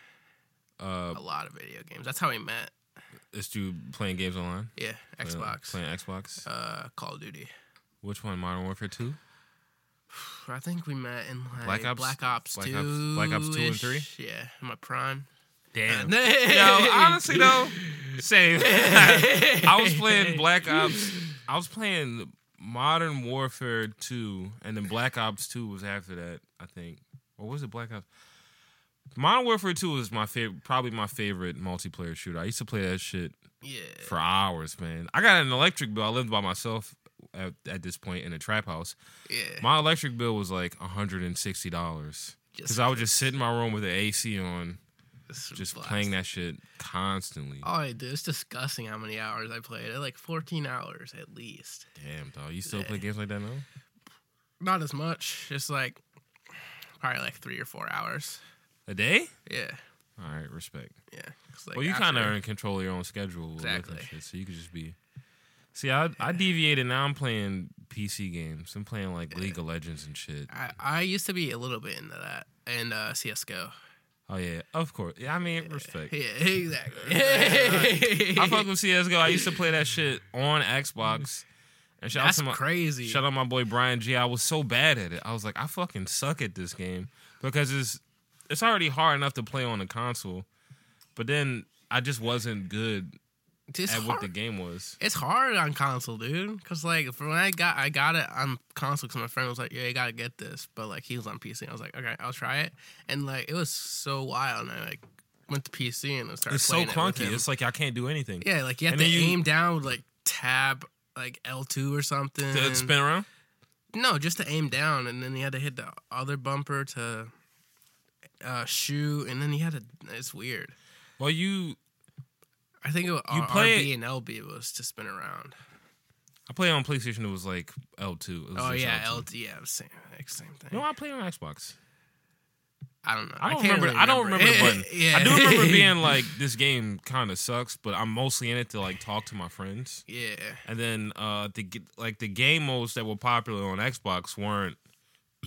Uh,
A lot of video games. That's how we met.
is you playing games online?
Yeah,
Playing-
Xbox,
Playing Xbox.
uh, Call of Duty.
Which one? Modern Warfare Two.
I think we met in like
Black
Black
Ops-
Ops, Black Ops
Black Ops-
Two,
Black Ops 2 and 3?
Yeah, in my prime.
Damn.
Yo,
yo, honestly though, same. I was playing Black Ops. I was playing Modern Warfare Two, and then Black Ops Two was after that. I think, or was it Black Ops? Modern Warfare Two was my favorite, probably my favorite multiplayer shooter. I used to play that shit
Yeah,
for hours, man. I got an electric bill. I lived by myself at, at this point in a trap house.
yeah.
My electric bill was like hundred and sixty dollars
Just-
because I would just sit in my room with the AC on,
this was
just
blast. Oh.
playing that shit constantly.
All I do it's disgusting how many hours I played. Like 14 hours at least.
Damn, dog, you still play games like that now?
Not as much. Just like probably like three or four hours.
A day?
Yeah,
All right, respect.
yeah. 'Cause, like,
well, you
after-
kind of are in control of your own schedule, with that
Exactly.
shit, so you could just be. See, I I deviated. Now I'm playing PC games. I'm playing like League of Legends and shit.
I, I used to be a little bit into that and uh, CS:GO.
Oh yeah, of course. Yeah, I mean respect.
Yeah, exactly.
I fuck with CS:GO. I used to play that shit on Xbox. And shout out
That's
to my
crazy.
shout out my boy Brian G. I was so bad at it. I was like, I fucking suck at this game because it's it's already hard enough to play on a console, but then I just wasn't good
Just
at what
hard
the game was.
It's hard on console, dude. Cause like for when I got I got it on console, cause my friend was like, "Yeah, you gotta get this," but like he was on PC, and I was like, "Okay, I'll try it." And like it was so wild, and I like went to PC and I started.
It's so
playing it with
clunky.
him.
It's like I can't do anything.
yeah, like you have
and
to
then you-
aim down with like tab like L two or something.
To spin around.
No, just to aim down, and then you had to hit the other bumper to uh shoot, and then you had to. It's weird.
Well, you
I think it was,
You
R-
play
RB
it-
and LB was to spin around.
I played on PlayStation. It was like L two.
Oh yeah, LD, yeah, same, same thing.
No, I played on Xbox.
I don't know.
I don't
can't
remember.
really
I don't remember the button.
yeah.
I do remember being like, this game kind of sucks, but I'm mostly in it to like talk to my friends.
yeah.
And then uh the g- like the game modes that were popular on Xbox weren't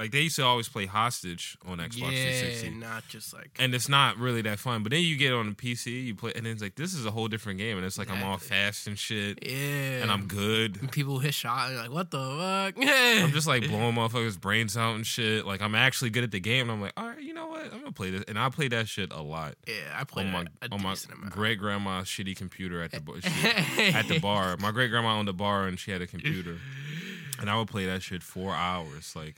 like they used to always play Hostage on Xbox
Yeah,
360.
not just like
And it's not really that fun. But then you get on the PC, you play, and then it's like this is a whole different game. And it's like I'm all
Exactly.
fast and shit,
yeah.
and I'm good.
And people hit shot and you're like, what the fuck? Yeah.
I'm just like blowing motherfuckers' brains out and shit. Like I'm actually good at the game. And I'm like, all right, you know what? I'm gonna play this, and I play that shit a lot
yeah, I played
on my
a, a
on my
decent amount.
great grandma's shitty computer at the bar- at the bar. My great grandma owned a bar, and she had a computer, and I would play that shit four hours. Like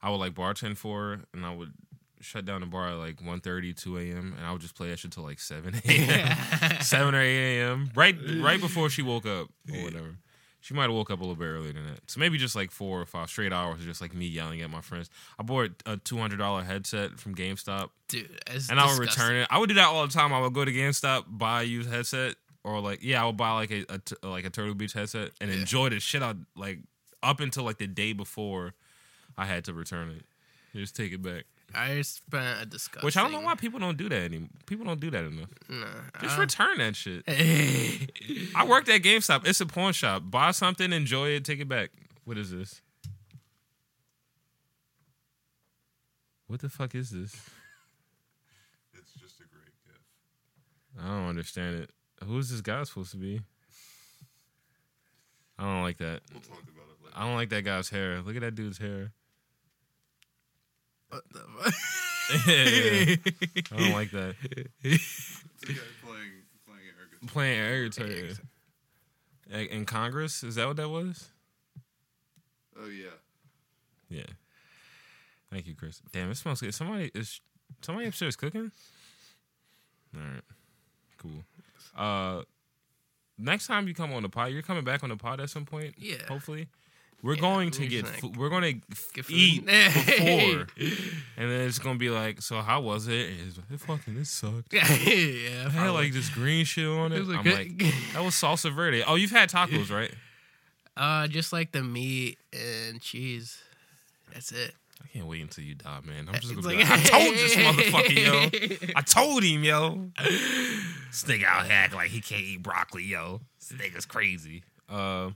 I would like bartend for, her, and I would shut down the bar at like 1.30, 2 a.m. and I would just play that shit till like seven a.m. seven or eight a.m. right right before she woke up or whatever. She might have woke up a little bit earlier than that. So maybe just like four or five straight hours, of just like me yelling at my friends. I bought a two hundred dollar headset from GameStop,
Dude, it's
and I would return it. I would do that all the time. I would go to GameStop, buy a used headset, or like yeah, I would buy like a, a t- like a Turtle Beach headset and
Yeah.
enjoy the shit out like up until like the day before I had to return it. Just take it back.
I spent a disgusting.
Which I don't know why people don't do that anymore. People don't do that enough.
Nah,
Just
I-
return that shit.
Hey.
I worked at GameStop. It's a pawn shop. Buy something, enjoy it, take it back. What is this? What the fuck is this?
It's just a great gift.
I don't understand it. Who is this guy supposed to be? I don't like that.
We'll talk about it later.
I don't like that guy's hair. Look at that dude's hair.
What the fuck?
I don't like that.
It's a guy playing playing air guitar.
Playing air guitar. A- In Congress? Is that what that was?
Oh yeah.
Yeah. Thank you, Chris. Damn, it smells good. Somebody is somebody upstairs cooking? All right. Cool. Uh next time you come on the pod, you're coming back on the pod at some point.
Yeah.
Hopefully. We're
Yeah,
going to
we
get
should, like,
fo- we're going to
Get food.
eat
Hey.
before. and then it's gonna be like, so how was it? And it's like, it fucking this sucked.
yeah, yeah.
I had like this green shit on it.
It was a
I'm
good-
like, that was salsa verde. Oh, you've had tacos, right?
uh, just like the meat and cheese. That's it.
I can't wait until you die, man. I'm just
It's
gonna be like, I told this motherfucker, yo.
yo.
I told him, yo. This nigga out here act like he can't eat broccoli, yo. This nigga's crazy. Uh,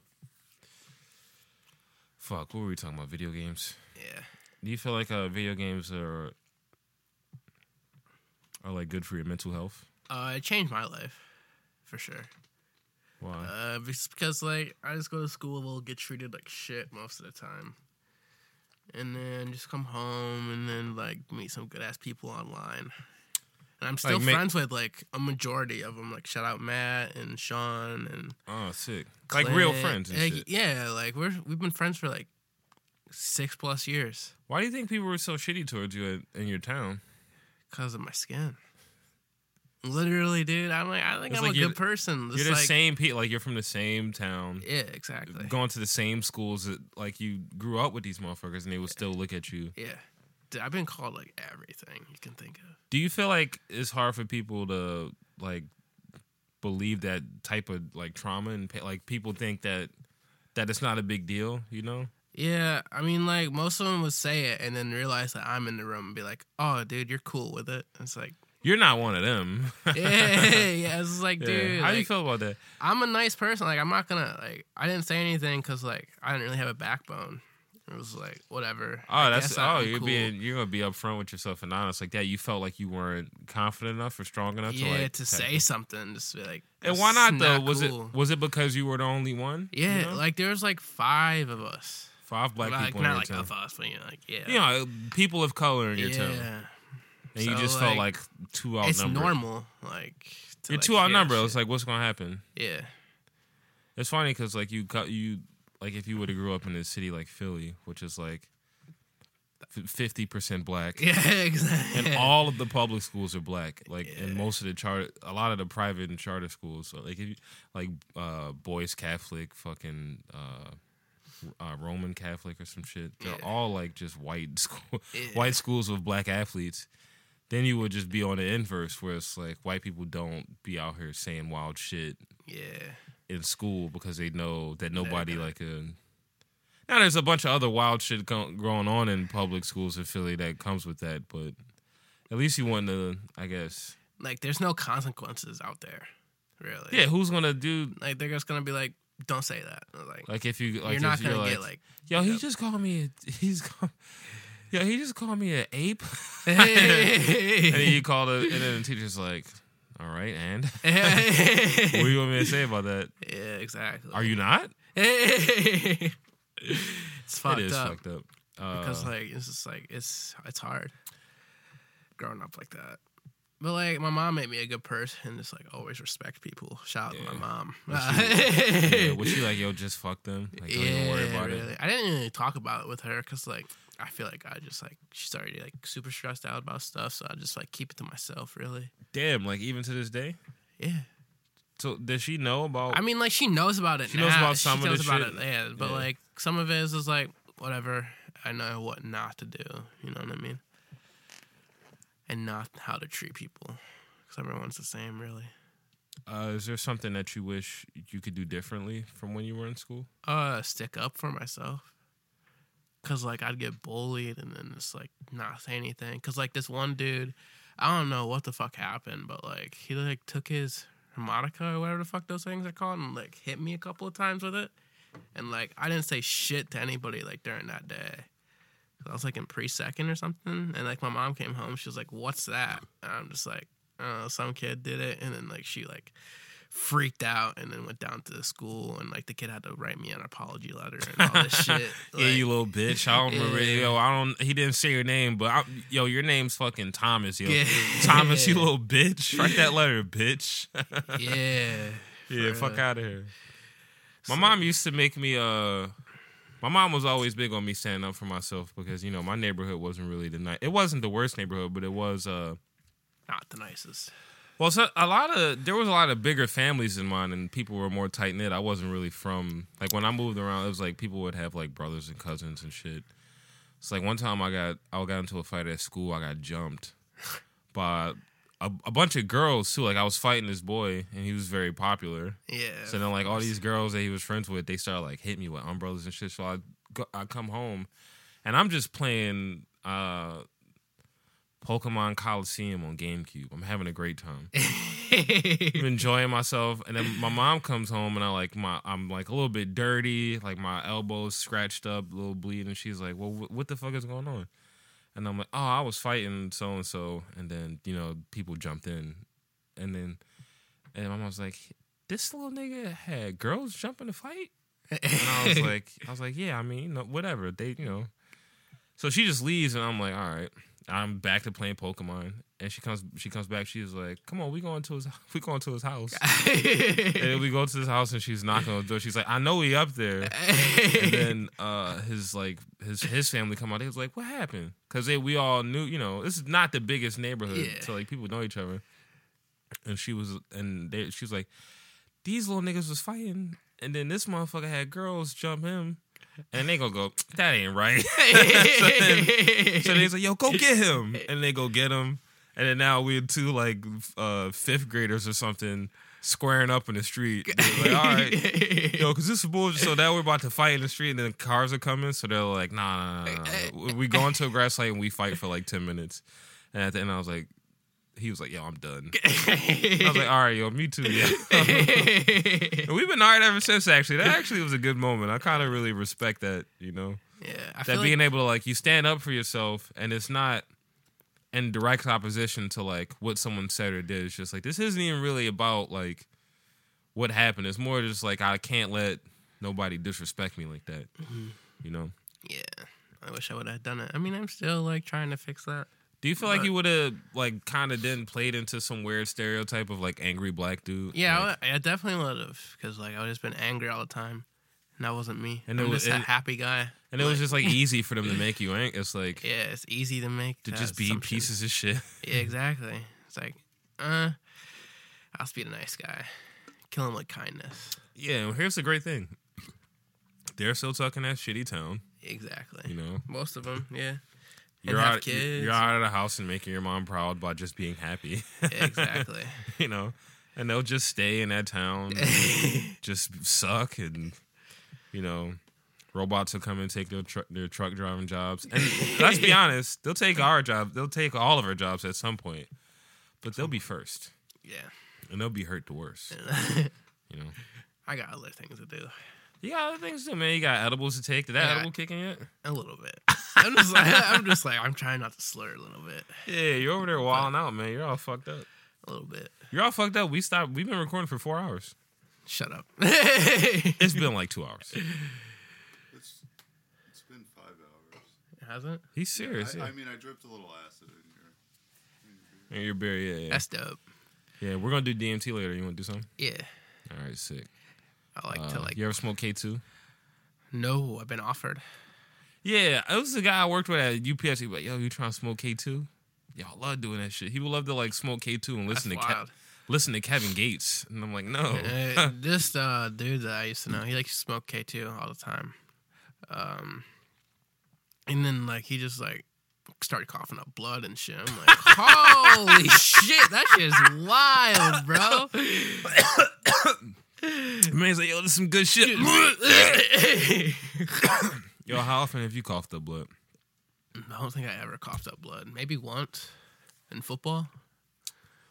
fuck, what were we talking about? Video games?
Yeah.
Do you feel like uh, video games are are like good for your mental health?
Uh, it changed my life, for sure.
Why?
Uh, it's because like I just go to school, we'll get treated like shit most of the time, and then just come home and then like meet some good ass people online. And I'm still
Like, ma-
friends with like a majority of them. Like shout out Matt and Sean and
oh, sick. Like real
Clint.
friends and
Like,
shit.
Yeah, like we're we've been friends for like six plus years
Why do you think people were so shitty towards you in- in your town?
because of my skin. Literally, dude. I'm like I think
It's
I'm
like
a
you're
good person. Just
you're the
like,
same people. Like you're from the same town,
Yeah, exactly.
going to the same schools. That, like you grew up with these motherfuckers, and they would still look at you.
Yeah. Dude, I've been called like everything you can think of.
Do you feel like it's hard for people to like believe that type of like trauma and pa- like people think that that it's not a big deal? You know,
Yeah, I mean, like most of them would say it and then realize that I'm in the room and be like, "Oh, dude, you're cool with it." It's like,
you're not one of them.
yeah, yeah. It's like,
Yeah.
dude,
How do you
like,
feel about that?
I'm a nice person. Like, I'm not gonna like. I didn't say anything because like I didn't really have a backbone. It was like whatever.
Oh,
I
that's
guess
oh,
I- I'm
you're
cool.
being you're gonna be upfront with yourself and honest like that. You felt like you weren't confident enough or strong enough
yeah
to like
to
tackle-
say something. Just be like,
And why not though? Was
cool.
it was it because you were the only one? You
Yeah,
know?
like there was like five of us.
five black
like,
people in
not
your
like
town.
of us, but you know, like yeah,
You know, people of color in your
yeah.
town, and you
So,
just felt like too outnumbered.
it's normal. Like to,
You're
like,
too
hear
outnumbered.
shit.
It's like what's gonna happen?
yeah,
It's funny because like you cut you like if you would have grew up in a city like Philly, which is like fifty percent black,
yeah, exactly.
and all of the public schools are black. Like, and
Yeah.
most of the charter, a lot of the private and charter schools, so like if you, like uh, boys Catholic, fucking uh, uh, Roman Catholic or some shit. They're
Yeah.
all like just white school,
Yeah.
white schools with black athletes. Then you would just be on the inverse, where it's like white people don't be out here saying wild shit
yeah,
in school because they know that nobody
gonna-
like uh now there's a bunch of other wild shit go- going on in public schools in Philly that comes with that, but at least you want to, I guess.
like there's no consequences out there, really.
Yeah, who's gonna do
like they're just gonna be like, don't say that. And, Like,
like if you like
you're not
if you're
gonna
like,
get like,
yo, he
Yep.
just called me a, he's call, yo he just called me an ape, and then
hey,
you call the and then the teacher's like, all right, and what do you want me to say about that?
yeah, exactly.
Are you not?
it's fucked
it is
up
fucked up uh,
because like it's just like it's it's hard growing up like that. But like my mom made me a good person, just like always respect people. Shout out to
Yeah.
my mom.
yeah, was she like yo just fuck them? Like don't even worry about it.
really. I didn't really talk about it with her because, like, I feel like I just like she's already like super stressed out about stuff, so I just like keep it to myself. Really,
Damn, like even to this day.
yeah.
So does she know about?
I mean, like she knows about it.
She
now.
knows about some
she
of
knows
the
about
shit.
it, yeah. But
Yeah.
like some of it is just like whatever. I know what not to do. You know what I mean? And not how to treat people because everyone's the same, really.
uh, is there something that you wish you could do differently from when you were in school?
Uh, stick up for myself. because like I'd get bullied and then just like not say anything. Because like this one dude, I don't know what the fuck happened, but like he like took his harmonica or whatever the fuck those things are called and like hit me a couple of times with it. And like I didn't say shit to anybody like during that day. 'Cause I was like in pre second or something. And like my mom came home, she was like, What's that? And I'm just like, Oh, some kid did it. And then like she like freaked out and then went down to the school and like the kid had to write me an apology letter and all this shit.
yeah,
Like,
you little bitch. I don't remember.
Yeah.
Yo, I don't. He didn't say your name, but I, yo, your name's fucking Thomas. Yo,
Yeah.
Thomas, you little bitch. Write that letter, bitch.
yeah.
yeah,
for
fuck
real.
out of here. My
So-
mom used to make me. Uh, my mom was always big on me standing up for myself because you know my neighborhood wasn't really the night. It wasn't the worst neighborhood, but it was. Uh,
Not the nicest.
well, so a lot of there was a lot of bigger families in mine, and people were more tight knit. I wasn't really from like when I moved around. It was like people would have like brothers and cousins and shit. It's like one time I got I got into a fight at school. I got jumped by a, a bunch of girls too. Like I was fighting this boy, and he was very popular.
Yeah.
So then, like all these girls that he was friends with, they started like hitting me with umbrellas and shit. So I, go, I come home, and I'm just playing uh, Pokemon Coliseum on GameCube. I'm having a great time, I'm enjoying myself. And then my mom comes home, and I like my, I'm like a little bit dirty, like my elbows scratched up, a little bleed, and she's like, "Well, wh- what the fuck is going on?" And I'm like, "Oh, I was fighting so and so, and then you know people jumped in, and then." And my mom's like, this little nigga had girls jumping to fight. And I was like, I was like, yeah, I mean, you know, whatever. They, you know. So she just leaves, and I'm like, all right, I'm back to playing Pokemon. And she comes, she comes back. She's like, come on, we going to his, we going to his house. and then we go to his house, and she's knocking on the door. She's like, I know he up there. And then uh, his like his his family come out. They was like, what happened? Because we all knew, you know, this is not the biggest neighborhood,
Yeah.
so like people know each other. And she was, and they, she was like, these little niggas was fighting, and then this motherfucker had girls jump him, and they gonna go, that ain't right. so then, so they's like, yo, go get him, and they go get him, and then now we're two like f- uh, fifth graders or something squaring up in the street. They're like, all right. Yo, because this is bullshit. So now we're about to fight in the street, and then cars are coming. So they're like, nah, nah, nah, nah, nah. We go into a grass light and we fight for like 10 minutes. And at the end, I was like, he was like, yo, I'm done. I was like, all right, yo, me too. Yeah. And we've been all right ever since, actually. That actually was a good moment. I kind of really respect that, you know?
yeah, I
That
feel
being
like,
able to, like, you stand up for yourself, and it's not in direct opposition to, like, what someone said or did. It's just like, this isn't even really about, like, what happened. It's more just like, I can't let nobody disrespect me like that,
Mm-hmm.
you know?
yeah. I wish I would have done it. I mean, I'm still like trying to fix that.
Do you feel like
But-
you would have like kind of then played into some weird stereotype of like angry black dude?
Yeah, I
Like,
would- I, definitely would have because like I would just been angry all the time, and that wasn't me.
And
And
it
I'm
was-
just a
and-
happy guy.
and it was just like easy for them to make you angry. It's like
Yeah, it's easy to make
to
that
just be
assumption.
pieces of shit.
Yeah, exactly. It's like, uh, I'll just be the nice guy. Kill him with kindness.
Yeah, well, here's the great thing. They're still talking that shitty town,
Exactly.
you know.
Most of them, yeah.
You're
have
out,
kids.
you're out of the house and making your mom proud by just being happy,
exactly.
you know. And they'll just stay in that town, just suck, and you know, robots will come and take their truck their truck driving jobs. And let's be honest, they'll take our job, they'll take all of our jobs at some point, but they'll be first,
yeah.
and they'll be hurt the worst. You know,
I got other things to do.
you got other things too, man. You got edibles to take. Did that
Yeah.
edible kick in yet?
A little bit. I'm just like I'm just like I'm trying not to slur a little bit.
Yeah, you're over there wilding out, man. You're all fucked up.
A little bit.
You're all fucked up. We stopped. We've been recording for four hours.
Shut up.
It's been like two hours.
It's it's been five hours.
hasn't?
He's serious.
I,
Yeah.
I mean, I dripped a little acid in here.
Yeah, You're buried. Yeah, yeah.
That's dope.
yeah, we're gonna do DMT later. You want to do something?
Yeah.
All right, sick.
I like
Uh,
to like
you ever smoke K two?
no, I've been offered.
Yeah, it was the guy I worked with at UPS. He was like, "Yo, you trying to smoke K 2 Y'all love doing that shit. He would love to like smoke K two and
That's
listen to Ke-
wild.
listen to Kevin Gates." And I'm like, "No,
Uh, this uh, dude that I used to know, he likes to smoke K two all the time, um, and then like he just like started coughing up blood and shit. I'm like, holy shit, that shit is wild, bro.
man, he's like, yo, this is some good shit." Yo, how often have you coughed up blood?
I don't think I ever coughed up blood. Maybe once in football.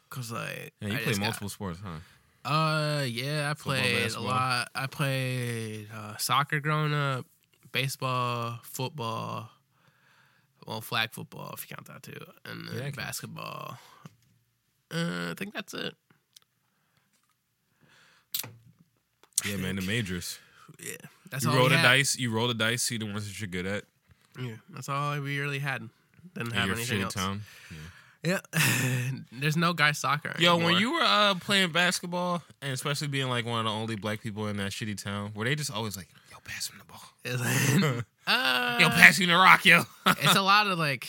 Cause like
Yeah, you
I
play
just got-
multiple sports, huh?
Uh, yeah, I played a
basketball.
lot. I played uh, soccer growing up, baseball, football, well, flag football if you count that too, and then
Yeah, it counts.
basketball. Uh, I think that's it.
Yeah, man, the majors.
Yeah, that's
you
all.
roll
we
the
had.
dice. You roll the dice. See the ones that you're good at.
Yeah, that's all we really had. Didn't
in
have
your
anything
shitty
else.
town.
Yeah, there's no guy soccer.
Yo, when
anymore.
you were uh, playing basketball, and especially being like one of the only black people in that shitty town, were they just always like, "Yo, pass him the ball.
It's like, uh,
Yo, pass him the rock, yo."
it's a lot of like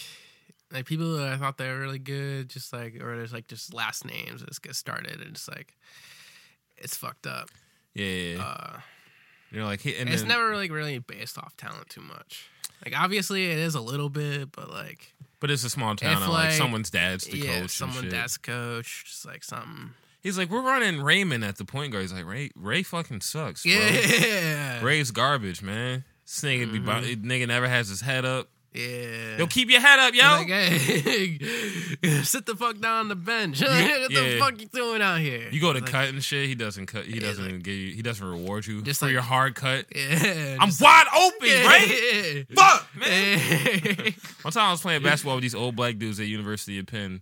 like people that I thought they were really good, just like or there's like just last names that just get started and just like it's fucked up.
yeah, yeah, yeah.
Uh,
you're like, hey, and
it's
then-
never really really based off talent too much. Like obviously it is a little bit, but like
but it's a small town. and, like,
like-
someone's dad's the
yeah,
coach.
someone
and shit.
that's coach, just like something.
He's like, we're running Raymond at the point guard. He's like, Ray, Ray fucking sucks. Bro.
Yeah,
Ray's garbage, man. This nigga be bo- nigga never has his head up.
Mm-hmm. yeah.
Yo, keep your head up, yo.
Like, hey, sit the fuck down on the bench. what the
yeah.
fuck you doing out here?
You go to
Like,
cut and shit. He doesn't cut. He
Yeah,
doesn't
like-
give you. He doesn't reward you
Just
for
like-
your hard cut.
Yeah,
I'm
just-
wide open, right?
Yeah.
Fuck, man.
man.
One time I was playing basketball with these old black dudes at University of Penn,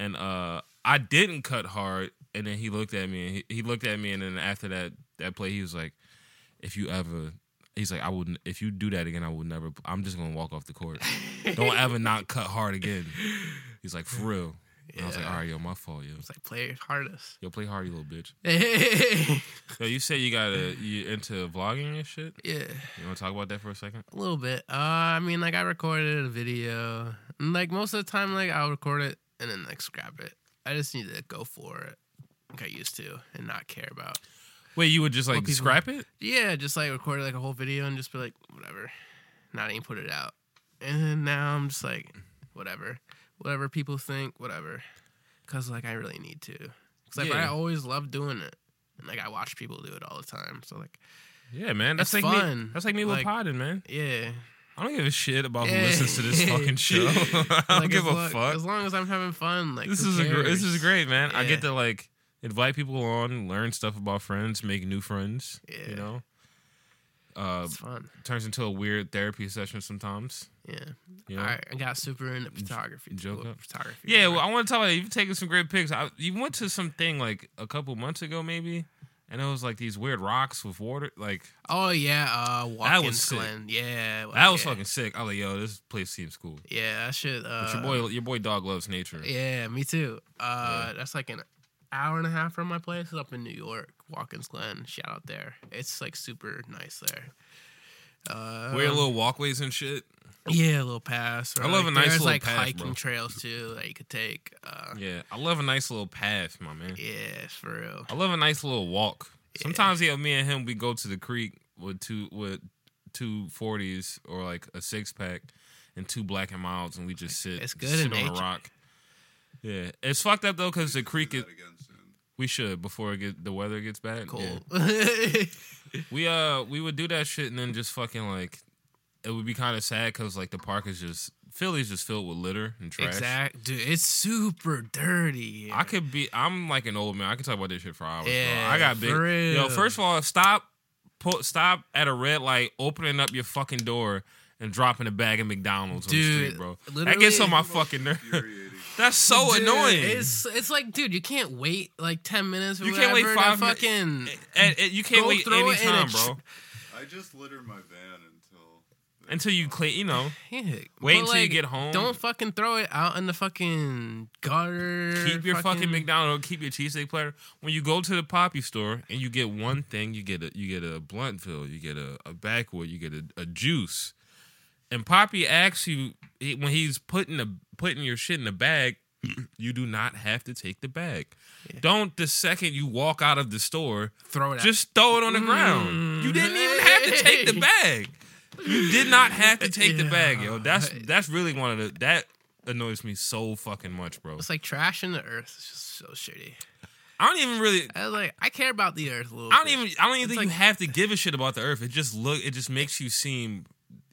and uh, I didn't cut hard. And then he looked at me, and he, he looked at me, and then after that that play, he was like, "If you ever." He's like, I would if you do that again, I would never. I'm just gonna walk off the court. Don't ever not cut hard again. He's like, for real. And I was like,
Yeah.
all right, yo, my fault, yo.
it's like play your hardest.
Yo, play hard, you little bitch.
yeah,
Yo, you say you got to you into vlogging and shit.
a
You want to talk about that for a second?
little bit. Uh, I mean, like I recorded a video, and like most of the time, like I'll record it and then like scrap it. I just need to go for it, like I used to, and not care about.
Wait, you would just like
What people-
scrap it?
Yeah, just like record like a whole video and just be like, whatever, not even put it out. And then now I'm just like, whatever, whatever people think, whatever, because like I really need to, because like I
Yeah.
always love doing it, and like I watch people do it all the time. So like,
Yeah, man. That's
It's
like me.
fun.
That's like me with
Like-
Podden, man.
yeah,
I don't give a shit about who
Yeah.
listens to this fucking show. I don't
Like,
give
as
a
lo-
fuck.
As long as I'm having fun, like
this
who
is a gr- this
cares?
is great, man. I get
Yeah.
to like invite people on, learn stuff about friends, make new friends. You
Yeah.
know, uh,
It's fun.
turns into a weird therapy session sometimes.
Yeah.
You know?
All right. I got super into photography.
joke
too,
up.
Photography.
Yeah, well,
right?
I want to talk about it. You've taken some great pics. I, you went to something like a couple months ago, maybe, and it was like these weird rocks with water. Like
oh yeah. Uh, Watkins
sick.
Glen. Yeah. well,
that was
Oh, yeah.
fucking sick. I was like, yo, this place seems cool.
Yeah. That shit. Uh,
But your boy, your boy, dog loves nature.
Yeah, me too. Uh, That's like an hour and a half from my place. It's up in New York, Watkins Glen. Shout out there. It's like super nice there. Uh,
Weird little walkways and shit.
yeah, a little pass. or,
I love a
like,
nice
There's
little
like
path,
hiking
bro.
trails too that you could take. Uh, yeah.
Yeah, I love a nice little path, my man.
for real.
I love a nice little walk. Sometimes, yeah, me and him, we go to the creek with two with two forties or like a six pack and two black and milds, and we just sit.
It's good
sit
in
on a
nature.
rock. Yeah, it's fucked up though because the
Do
creek is.
that again soon.
We should before it get the weather gets bad.
Cool.
Yeah. We uh we would do that shit and then just fucking like it would be kind of sad because like the park is just Philly's just filled with litter and trash.
exact, dude. It's super dirty. here.
I could be. I'm like an old man. I can talk about this shit for hours. bro.
Yeah,
I got big.
for real.
Yo, first of all, stop. Pull, stop at a red light, opening up your fucking door and dropping a bag of McDonald's on the
Dude,
street, bro. That
literally-
gets on my
The most
fucking nerve.
infuriating-
That's so
Dude,
annoying.
It's it's like, dude, you can't wait like ten minutes. Or
You can't wait
whatever to
five mi-
Fucking
And- and you can't
Go
wait
throw
any
it in a
time,
tr-
bro.
I just litter my van until.
Until you clean, you know.
Yeah.
eh, Wait
but,
until you get home.
Don't fucking throw it out in the fucking gutter.
Keep your fucking, McDonald's. Keep your cheesesteak platter. When you go to the poppy store and you get one thing, you get a you get a Bluntville, you get a, a backwood, you get a, a juice. And Poppy asks you he- when he's putting a putting your shit in the bag, you do not have to take the bag. Don't the second you walk out of the store,
Throw it out.
just throw it on the ground. You didn't even have to take the bag. You did not have to take the bag, yo. That's that's really one of the that annoys me so fucking much, bro.
It's like trash in the earth. It's just so shitty.
I don't even really
I was like, I care about the earth a little.
I don't
bit.
even. I don't even
It's
think you
like-
have to give a shit about the Earth. It just look. It just makes you seem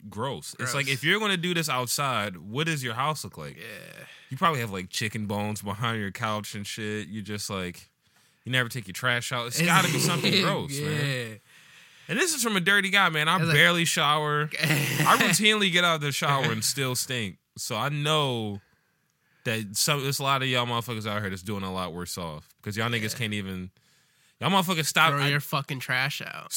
gross. It's like
Gross.
if you're gonna do this outside, what does your house look like?
Yeah.
You probably have like chicken bones behind your couch and shit. You just like you never take your trash out. It's gotta be something gross, man. And this is from a dirty guy, man. I
It's like-
barely shower. I
I
routinely get out of the shower and still stink. So I know that some there's a lot of y'all motherfuckers out here that's doing a lot worse off because y'all niggas
Yeah.
can't even. Y'all motherfuckers stop.
throw
I-
your fucking trash out.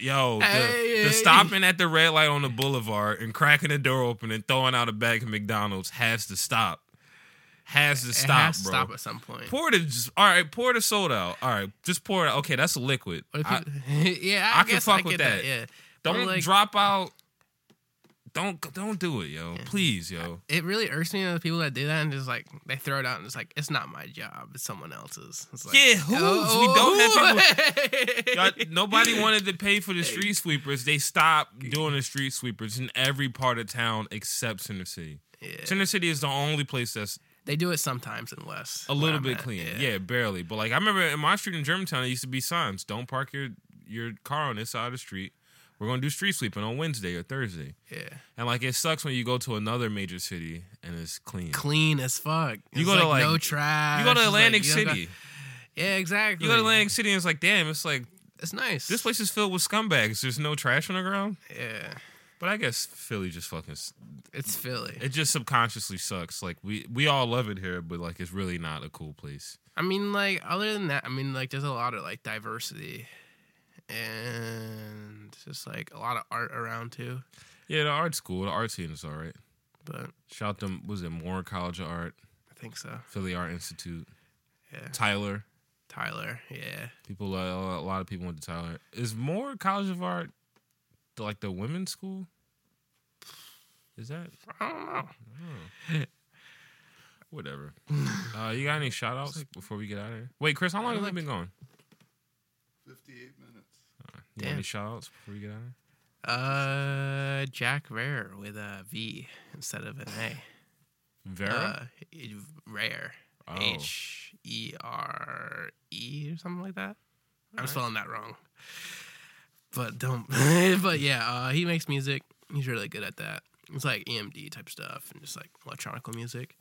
Yo, the,
Hey,
the
hey.
stopping at the red light on the boulevard and cracking the door open and throwing out a bag of McDonald's has to stop. Has to
It
stop,
has to
bro.
stop at some point.
Pour the just, all right. Pour the soda out. All right, just pour it. out. Okay, that's a liquid.
What if
I-
you- yeah, I,
I can
guess
fuck
I get
with that.
that. Yeah, But,
don't
like,
drop out. Don't don't do it, yo.
Yeah.
Please, yo.
It really irks me the people that do that and just like they throw it out and it's like it's not my job, it's someone else's. It's like, "Oh,
Yeah, whose? We don't have
people.
Y'all- nobody wanted to pay for the street sweepers. They stopped doing the street sweepers in every part of town except Center City.
Yeah.
Center City is the only place that's
They do it sometimes in West.
a
where
little
I'm
bit
at.
clean. Yeah. barely. But like I remember in my street in Germantown, there used to be signs: "Don't park your your car on this side of the street. We're going to do street sweeping on Wednesday or Thursday."
yeah,
And like it sucks when you go to another major city and it's clean.
clean as fuck.
You
It's
go to, like-
no trash.
You go
It's
to
like,
Atlantic
you don't got-
City.
yeah, exactly.
you go to Atlantic City, and it's like, damn, it's like
It's nice.
this place is filled with scumbags. There's no trash on the ground.
Yeah,
But I guess Philly just fucking s-
it's Philly.
it just subconsciously sucks. Like we we all love it here, but like it's really not a cool place.
I mean, like other than that, I mean, like there's a lot of like diversity, and just like a lot of art around too.
Yeah, the art's cool. The art scene is all right.
But
Shout them was it Moore College of Art,
I think so.
Philly Art Institute.
Yeah,
Tyler.
Tyler. Yeah,
People, uh, a lot of people went to Tyler. Is Moore College of Art the- like the women's school? Is that
I don't know.
whatever? uh, you got any shout outs before we get out of here? Wait, Chris, how long have we been going?
58 minutes.
You got any
Damn.
shout outs before we get out of here?
Uh, Jack Rare with a V instead of an A.
Vera?
Uh, Rare.
Oh.
H E R E or something like that. I'm
Alright.
spelling that wrong. But don't. but yeah, uh, he makes music. He's really good at that. It's like EMD type stuff and just like electronical music.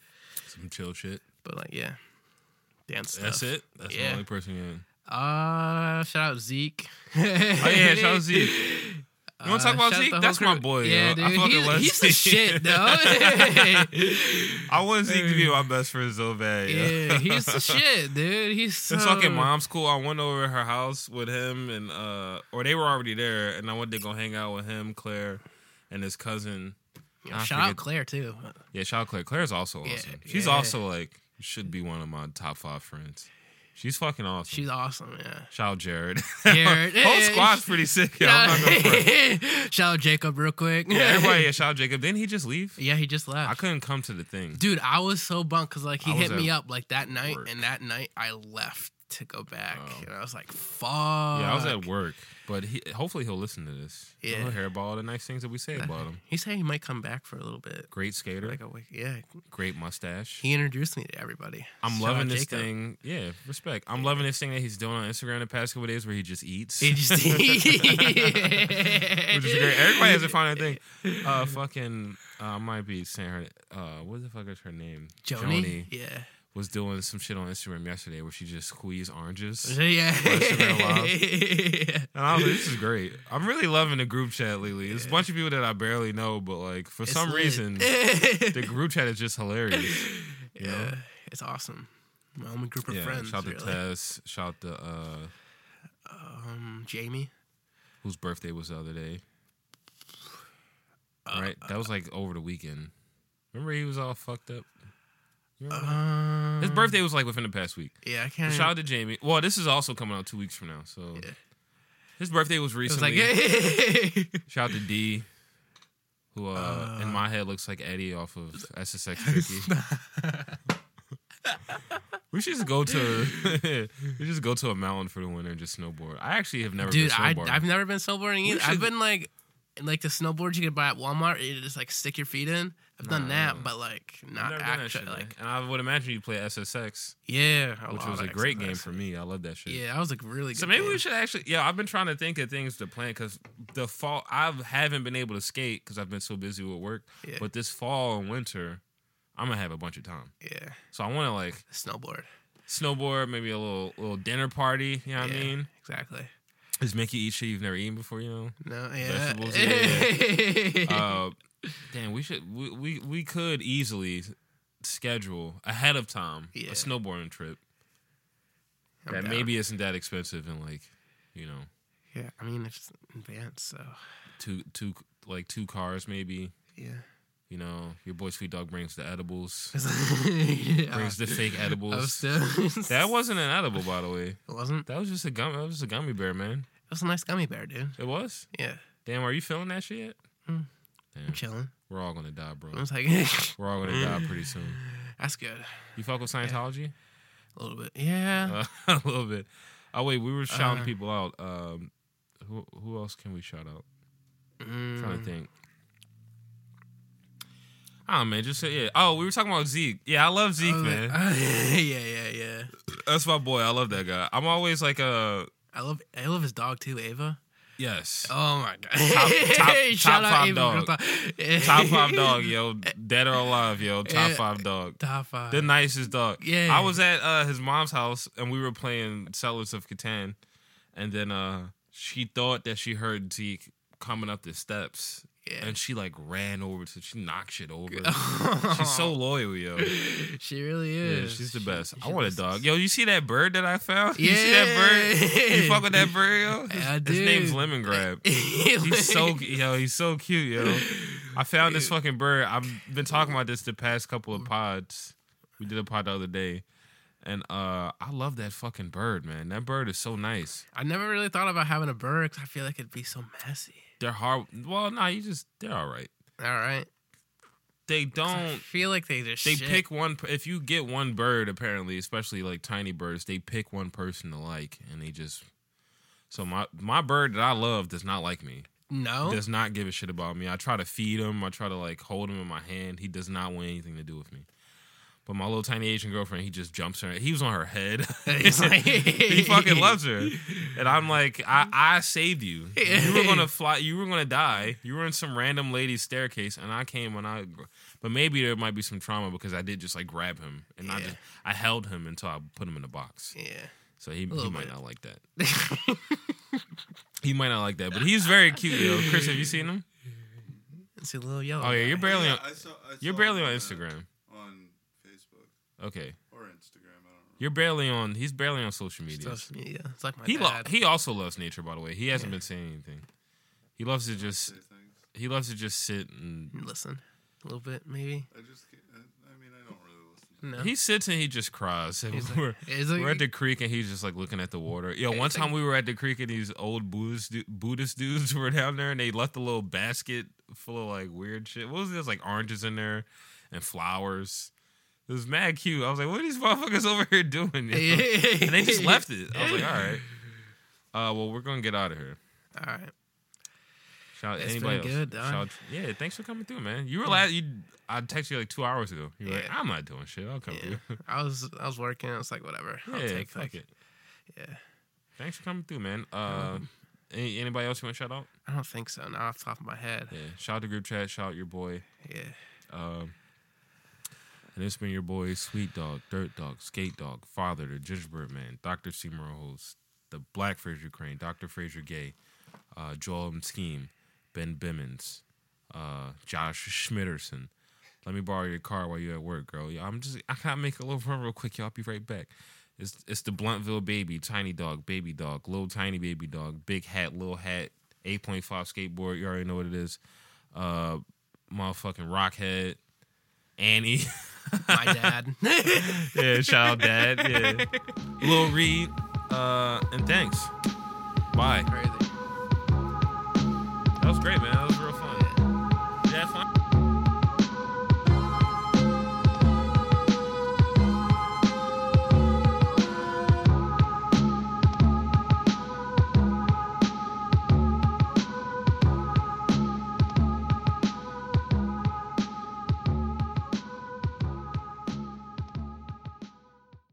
Some chill shit.
But like yeah, dance stuff.
That's it? That's the
Yeah.
only person you in.
Uh, shout out Zeke. Uh, oh
yeah, shout out Zeke. You wanna talk about Zeke? That's my boy,
Yeah,
yo. I
dude.
fucking
He's,
love
he's the
Zeke.
shit, though.
I want Zeke to be my best friend so bad. yo.
yeah, he's the shit, dude. He's so.
Since fucking mom's cool, I went over to her house with him and uh or they were already there and I went to go hang out with him, Claire, and his cousin.
You know,
I
shout out
forget-
Claire too.
Yeah, shout out Claire. Claire's also
Yeah,
awesome. She's
yeah.
also like should be one of my top five friends. She's fucking awesome.
She's awesome. Yeah.
shout out Jared.
Jared.
Whole
Yeah,
squad's
she-
pretty sick, yo. I'm not gonna front.
shout out Jacob real quick.
Yeah, everybody yeah, shout out Jacob. Didn't he just leave?
Yeah, he just left.
I couldn't come to the thing.
Dude, I was so bummed because like he
I was
hit me
at
up like that night,
work.
and that night I left to go back,
Oh.
and I was like, "Fuck."
Yeah, I was at work, but he, hopefully he'll listen to this.
Yeah.
He'll hear about all the nice things that we say about him.
He said he might come back for a little bit.
Great skater,
Like a week. Yeah,
great mustache.
he introduced me to everybody.
I'm
Shout
loving
out
this
Jacob.
thing. Yeah, respect. I'm loving this thing that he's doing on Instagram the past couple days where he just eats.
He just-
which is great. Everybody has a fun thing. Uh, fucking, uh, I might be saying her. Uh, what the fuck is her name?
Joni. Yeah.
was doing some shit on Instagram yesterday where she just squeezed oranges. Instagram
Yeah.
And I was like, this is great. I'm really loving the group chat lately. It's a bunch of people that I barely know, but like for
It's
some
lit.
reason, the group chat is just hilarious. you know?
yeah, it's awesome. My only group of
Yeah,
friends.
shout out to
really.
Tess. Shout out to uh,
Um, Jamie.
whose birthday was the other day. right? That was like over the weekend. Remember he was all fucked up? You remember that?
Um,
His birthday was like within the past week.
Yeah, I can't.
Shout out to Jamie. Well, this is also coming out two weeks from now. So
Mm-hmm. Yeah.
his birthday was
It was
recently.
like, hey.
Shout out to D, who uh,
Uh.
in my head looks like Eddie off of SSX Tricky. we should just go to we should just go to a mountain for the winter and just snowboard. I actually have never
dude,
been
I,
snowboarding.
I've never been snowboarding either. I've
should-
been like and like the snowboards you could buy at Walmart, you just like stick your feet in. I've
Nah,
done
I
that,
don't.
but like
I've
not
never done that
actually
shit, man.
like
and I would imagine you play SSX,
yeah, a
which
lot
was
of
a great game
exercise.
for me. I love that shit.
Yeah, I was like really good.
So maybe we
game.
should actually. Yeah, I've been trying to think of things to plan because the fall I haven't been able to skate because I've been so busy with work.
Yeah.
But this fall and winter, I'm gonna have a bunch of time.
yeah
So I want to like
snowboard.
snowboard, maybe a little little dinner party. You know what I
Yeah.
mean?
Exactly.
Just make you eat shit you've never eaten before. You know.
No, yeah.
Vegetables, yeah, Uh, damn, we should we, we we could easily schedule ahead of time
Yeah.
a snowboarding trip
I'm
that
down.
maybe isn't that expensive and like you know
Yeah, I mean it's advanced, so
two two like two cars maybe
yeah.
you know your boy Sweet Dog brings the edibles
yeah.
brings the fake edibles.
Upstairs.
That wasn't an edible, by the way.
It wasn't. It
That was just a gum. That was just a gummy bear, man.
was a nice gummy bear, dude.
It was.
Yeah,
Damn, are you feeling that shit? Yet?
Mm.
Damn,
I'm chilling.
we're all gonna die, bro.
I was like,
We're all gonna die pretty soon.
that's good.
You fuck with Scientology?
A little bit. Yeah.
Uh, a little bit. Oh wait, we were shouting
Uh.
people out. Um, who who else can we shout out?
Mm.
trying to think. Oh man, just say yeah. Oh, we were talking about Zeke. Yeah, I love Zeke,
Oh, I was like,
man.
yeah, yeah, yeah.
That's my boy. I love that guy. I'm always like uh
I love, I love his dog too, Ava.
yes.
Oh my god.
Top- top- top
Shout
five
out Ava.
dog.
dog.
Top five dog, yo. Dead or alive, yo. Top
Yeah.
five dog.
Top five.
The nicest dog.
Yeah.
I was at uh, his mom's house and we were playing Sellers of Catan, and then uh, she thought that she heard Zeke coming up the steps,
yeah.
and she like ran over to she knocked shit over. she's so loyal, yo.
She really
Yeah,
is.
she's the
She-
best.
she
I want a
was-
dog. Yo, you see that bird that I found? You see that bird? You
Yeah.
fuck with that bird, yo? His,
I
his name's
do.
Lemon Grab. He's so yo, he's so cute, yo. I found this fucking bird. I've been talking about this the past couple of pods. We did a pod the other day. And uh I love that fucking bird, man. That bird is so nice.
I never really thought about having a bird 'cause I feel like it'd be so messy.
They're hard well, nah, you just they're all right.
All right.
They
'Cause I
don't
feel like they just
they
shit.
pick one if you get one bird apparently, especially like tiny birds, they pick one person to like and they just so my my bird that I love does not like me.
no.
does not give a shit about me. I try to feed him. I try to like hold him in my hand. He does not want anything to do with me. But my little tiny Asian girlfriend, he just jumps her. He was on her head.
He's like-
he fucking loves her. And I'm like, I, I saved you. You were gonna fly. You were gonna die. You were in some random lady's staircase, and I came and I. But maybe there might be some trauma because I did just like grab him and I
Yeah.
just I held him until I put him in a box.
Yeah.
So he, he
little
might
bit.
not like that. He might not like that. But he's very cute, yo. Chris, have you seen him?
it's a little yellow.
Oh yeah, you're
guy.
barely on.
I saw, I
You're
saw
barely
him
on
that
Instagram.
On Facebook
Okay,
or Instagram, I don't know.
you're barely on. He's barely on social media.
Stuff- yeah, it's like my
He lo-
dad.
he also loves nature, by the way. He hasn't
Yeah.
been saying anything. He loves to just
Say things.
he loves to just sit and
Listen, a little bit maybe.
I just, can't- I, I mean, I don't really listen. To
No.
he sits and he just cries. And
He's like-
we're,
It's like-
we're at the creek and he's just like looking at the water. Yo,
It's
one
like-
time we were at the creek and these old Buddhist du- Buddhist dudes were down there and they left a little basket full of like weird shit. What was this? Like oranges in there and flowers. It was mad cute. I was like, what are these motherfuckers over here doing? yo? and they just left it. I was like, all right. Uh, well, we're gonna get out of here.
All right.
Shout
It's
anybody
been
else.
good, dog.
Shout- yeah, thanks for coming through, man. You were last. You, I texted you like two hours ago. You were like,
Yeah.
I'm not doing shit. I'll come
Yeah.
through.
I was I was working. I was like, whatever. I'll
Oh, yeah,
take
fuck
like,
it.
yeah.
Thanks for coming through, man. Uh, any, anybody else you want to shout out?
I don't think so. Now off the top of my head.
Yeah, shout out the group chat. Shout out your boy.
Yeah.
Um, and it's been your boy, Sweet Dog, Dirt Dog, Skate Dog, Father, the Gingerbread Man, Dr. Seymour Host, the Black Fraser Crane, Dr. Fraser Gay, uh, Joel M. Scheme, Ben Bimmons, uh, Josh Schmitterson. Let me borrow your car while you're at work, girl. Yeah, I'm just I gotta make a little run real quick, y'all. I'll be right back. It's it's the Bluntville baby, tiny dog, baby dog, little tiny baby dog, big hat, little hat, eight point five skateboard. You already know what it is. Uh, motherfucking Rockhead, Annie.
My dad.
yeah, shout out dad. Yeah, Lil Reed. Uh, and thanks. Bye.
Crazy.
That was great, man. That was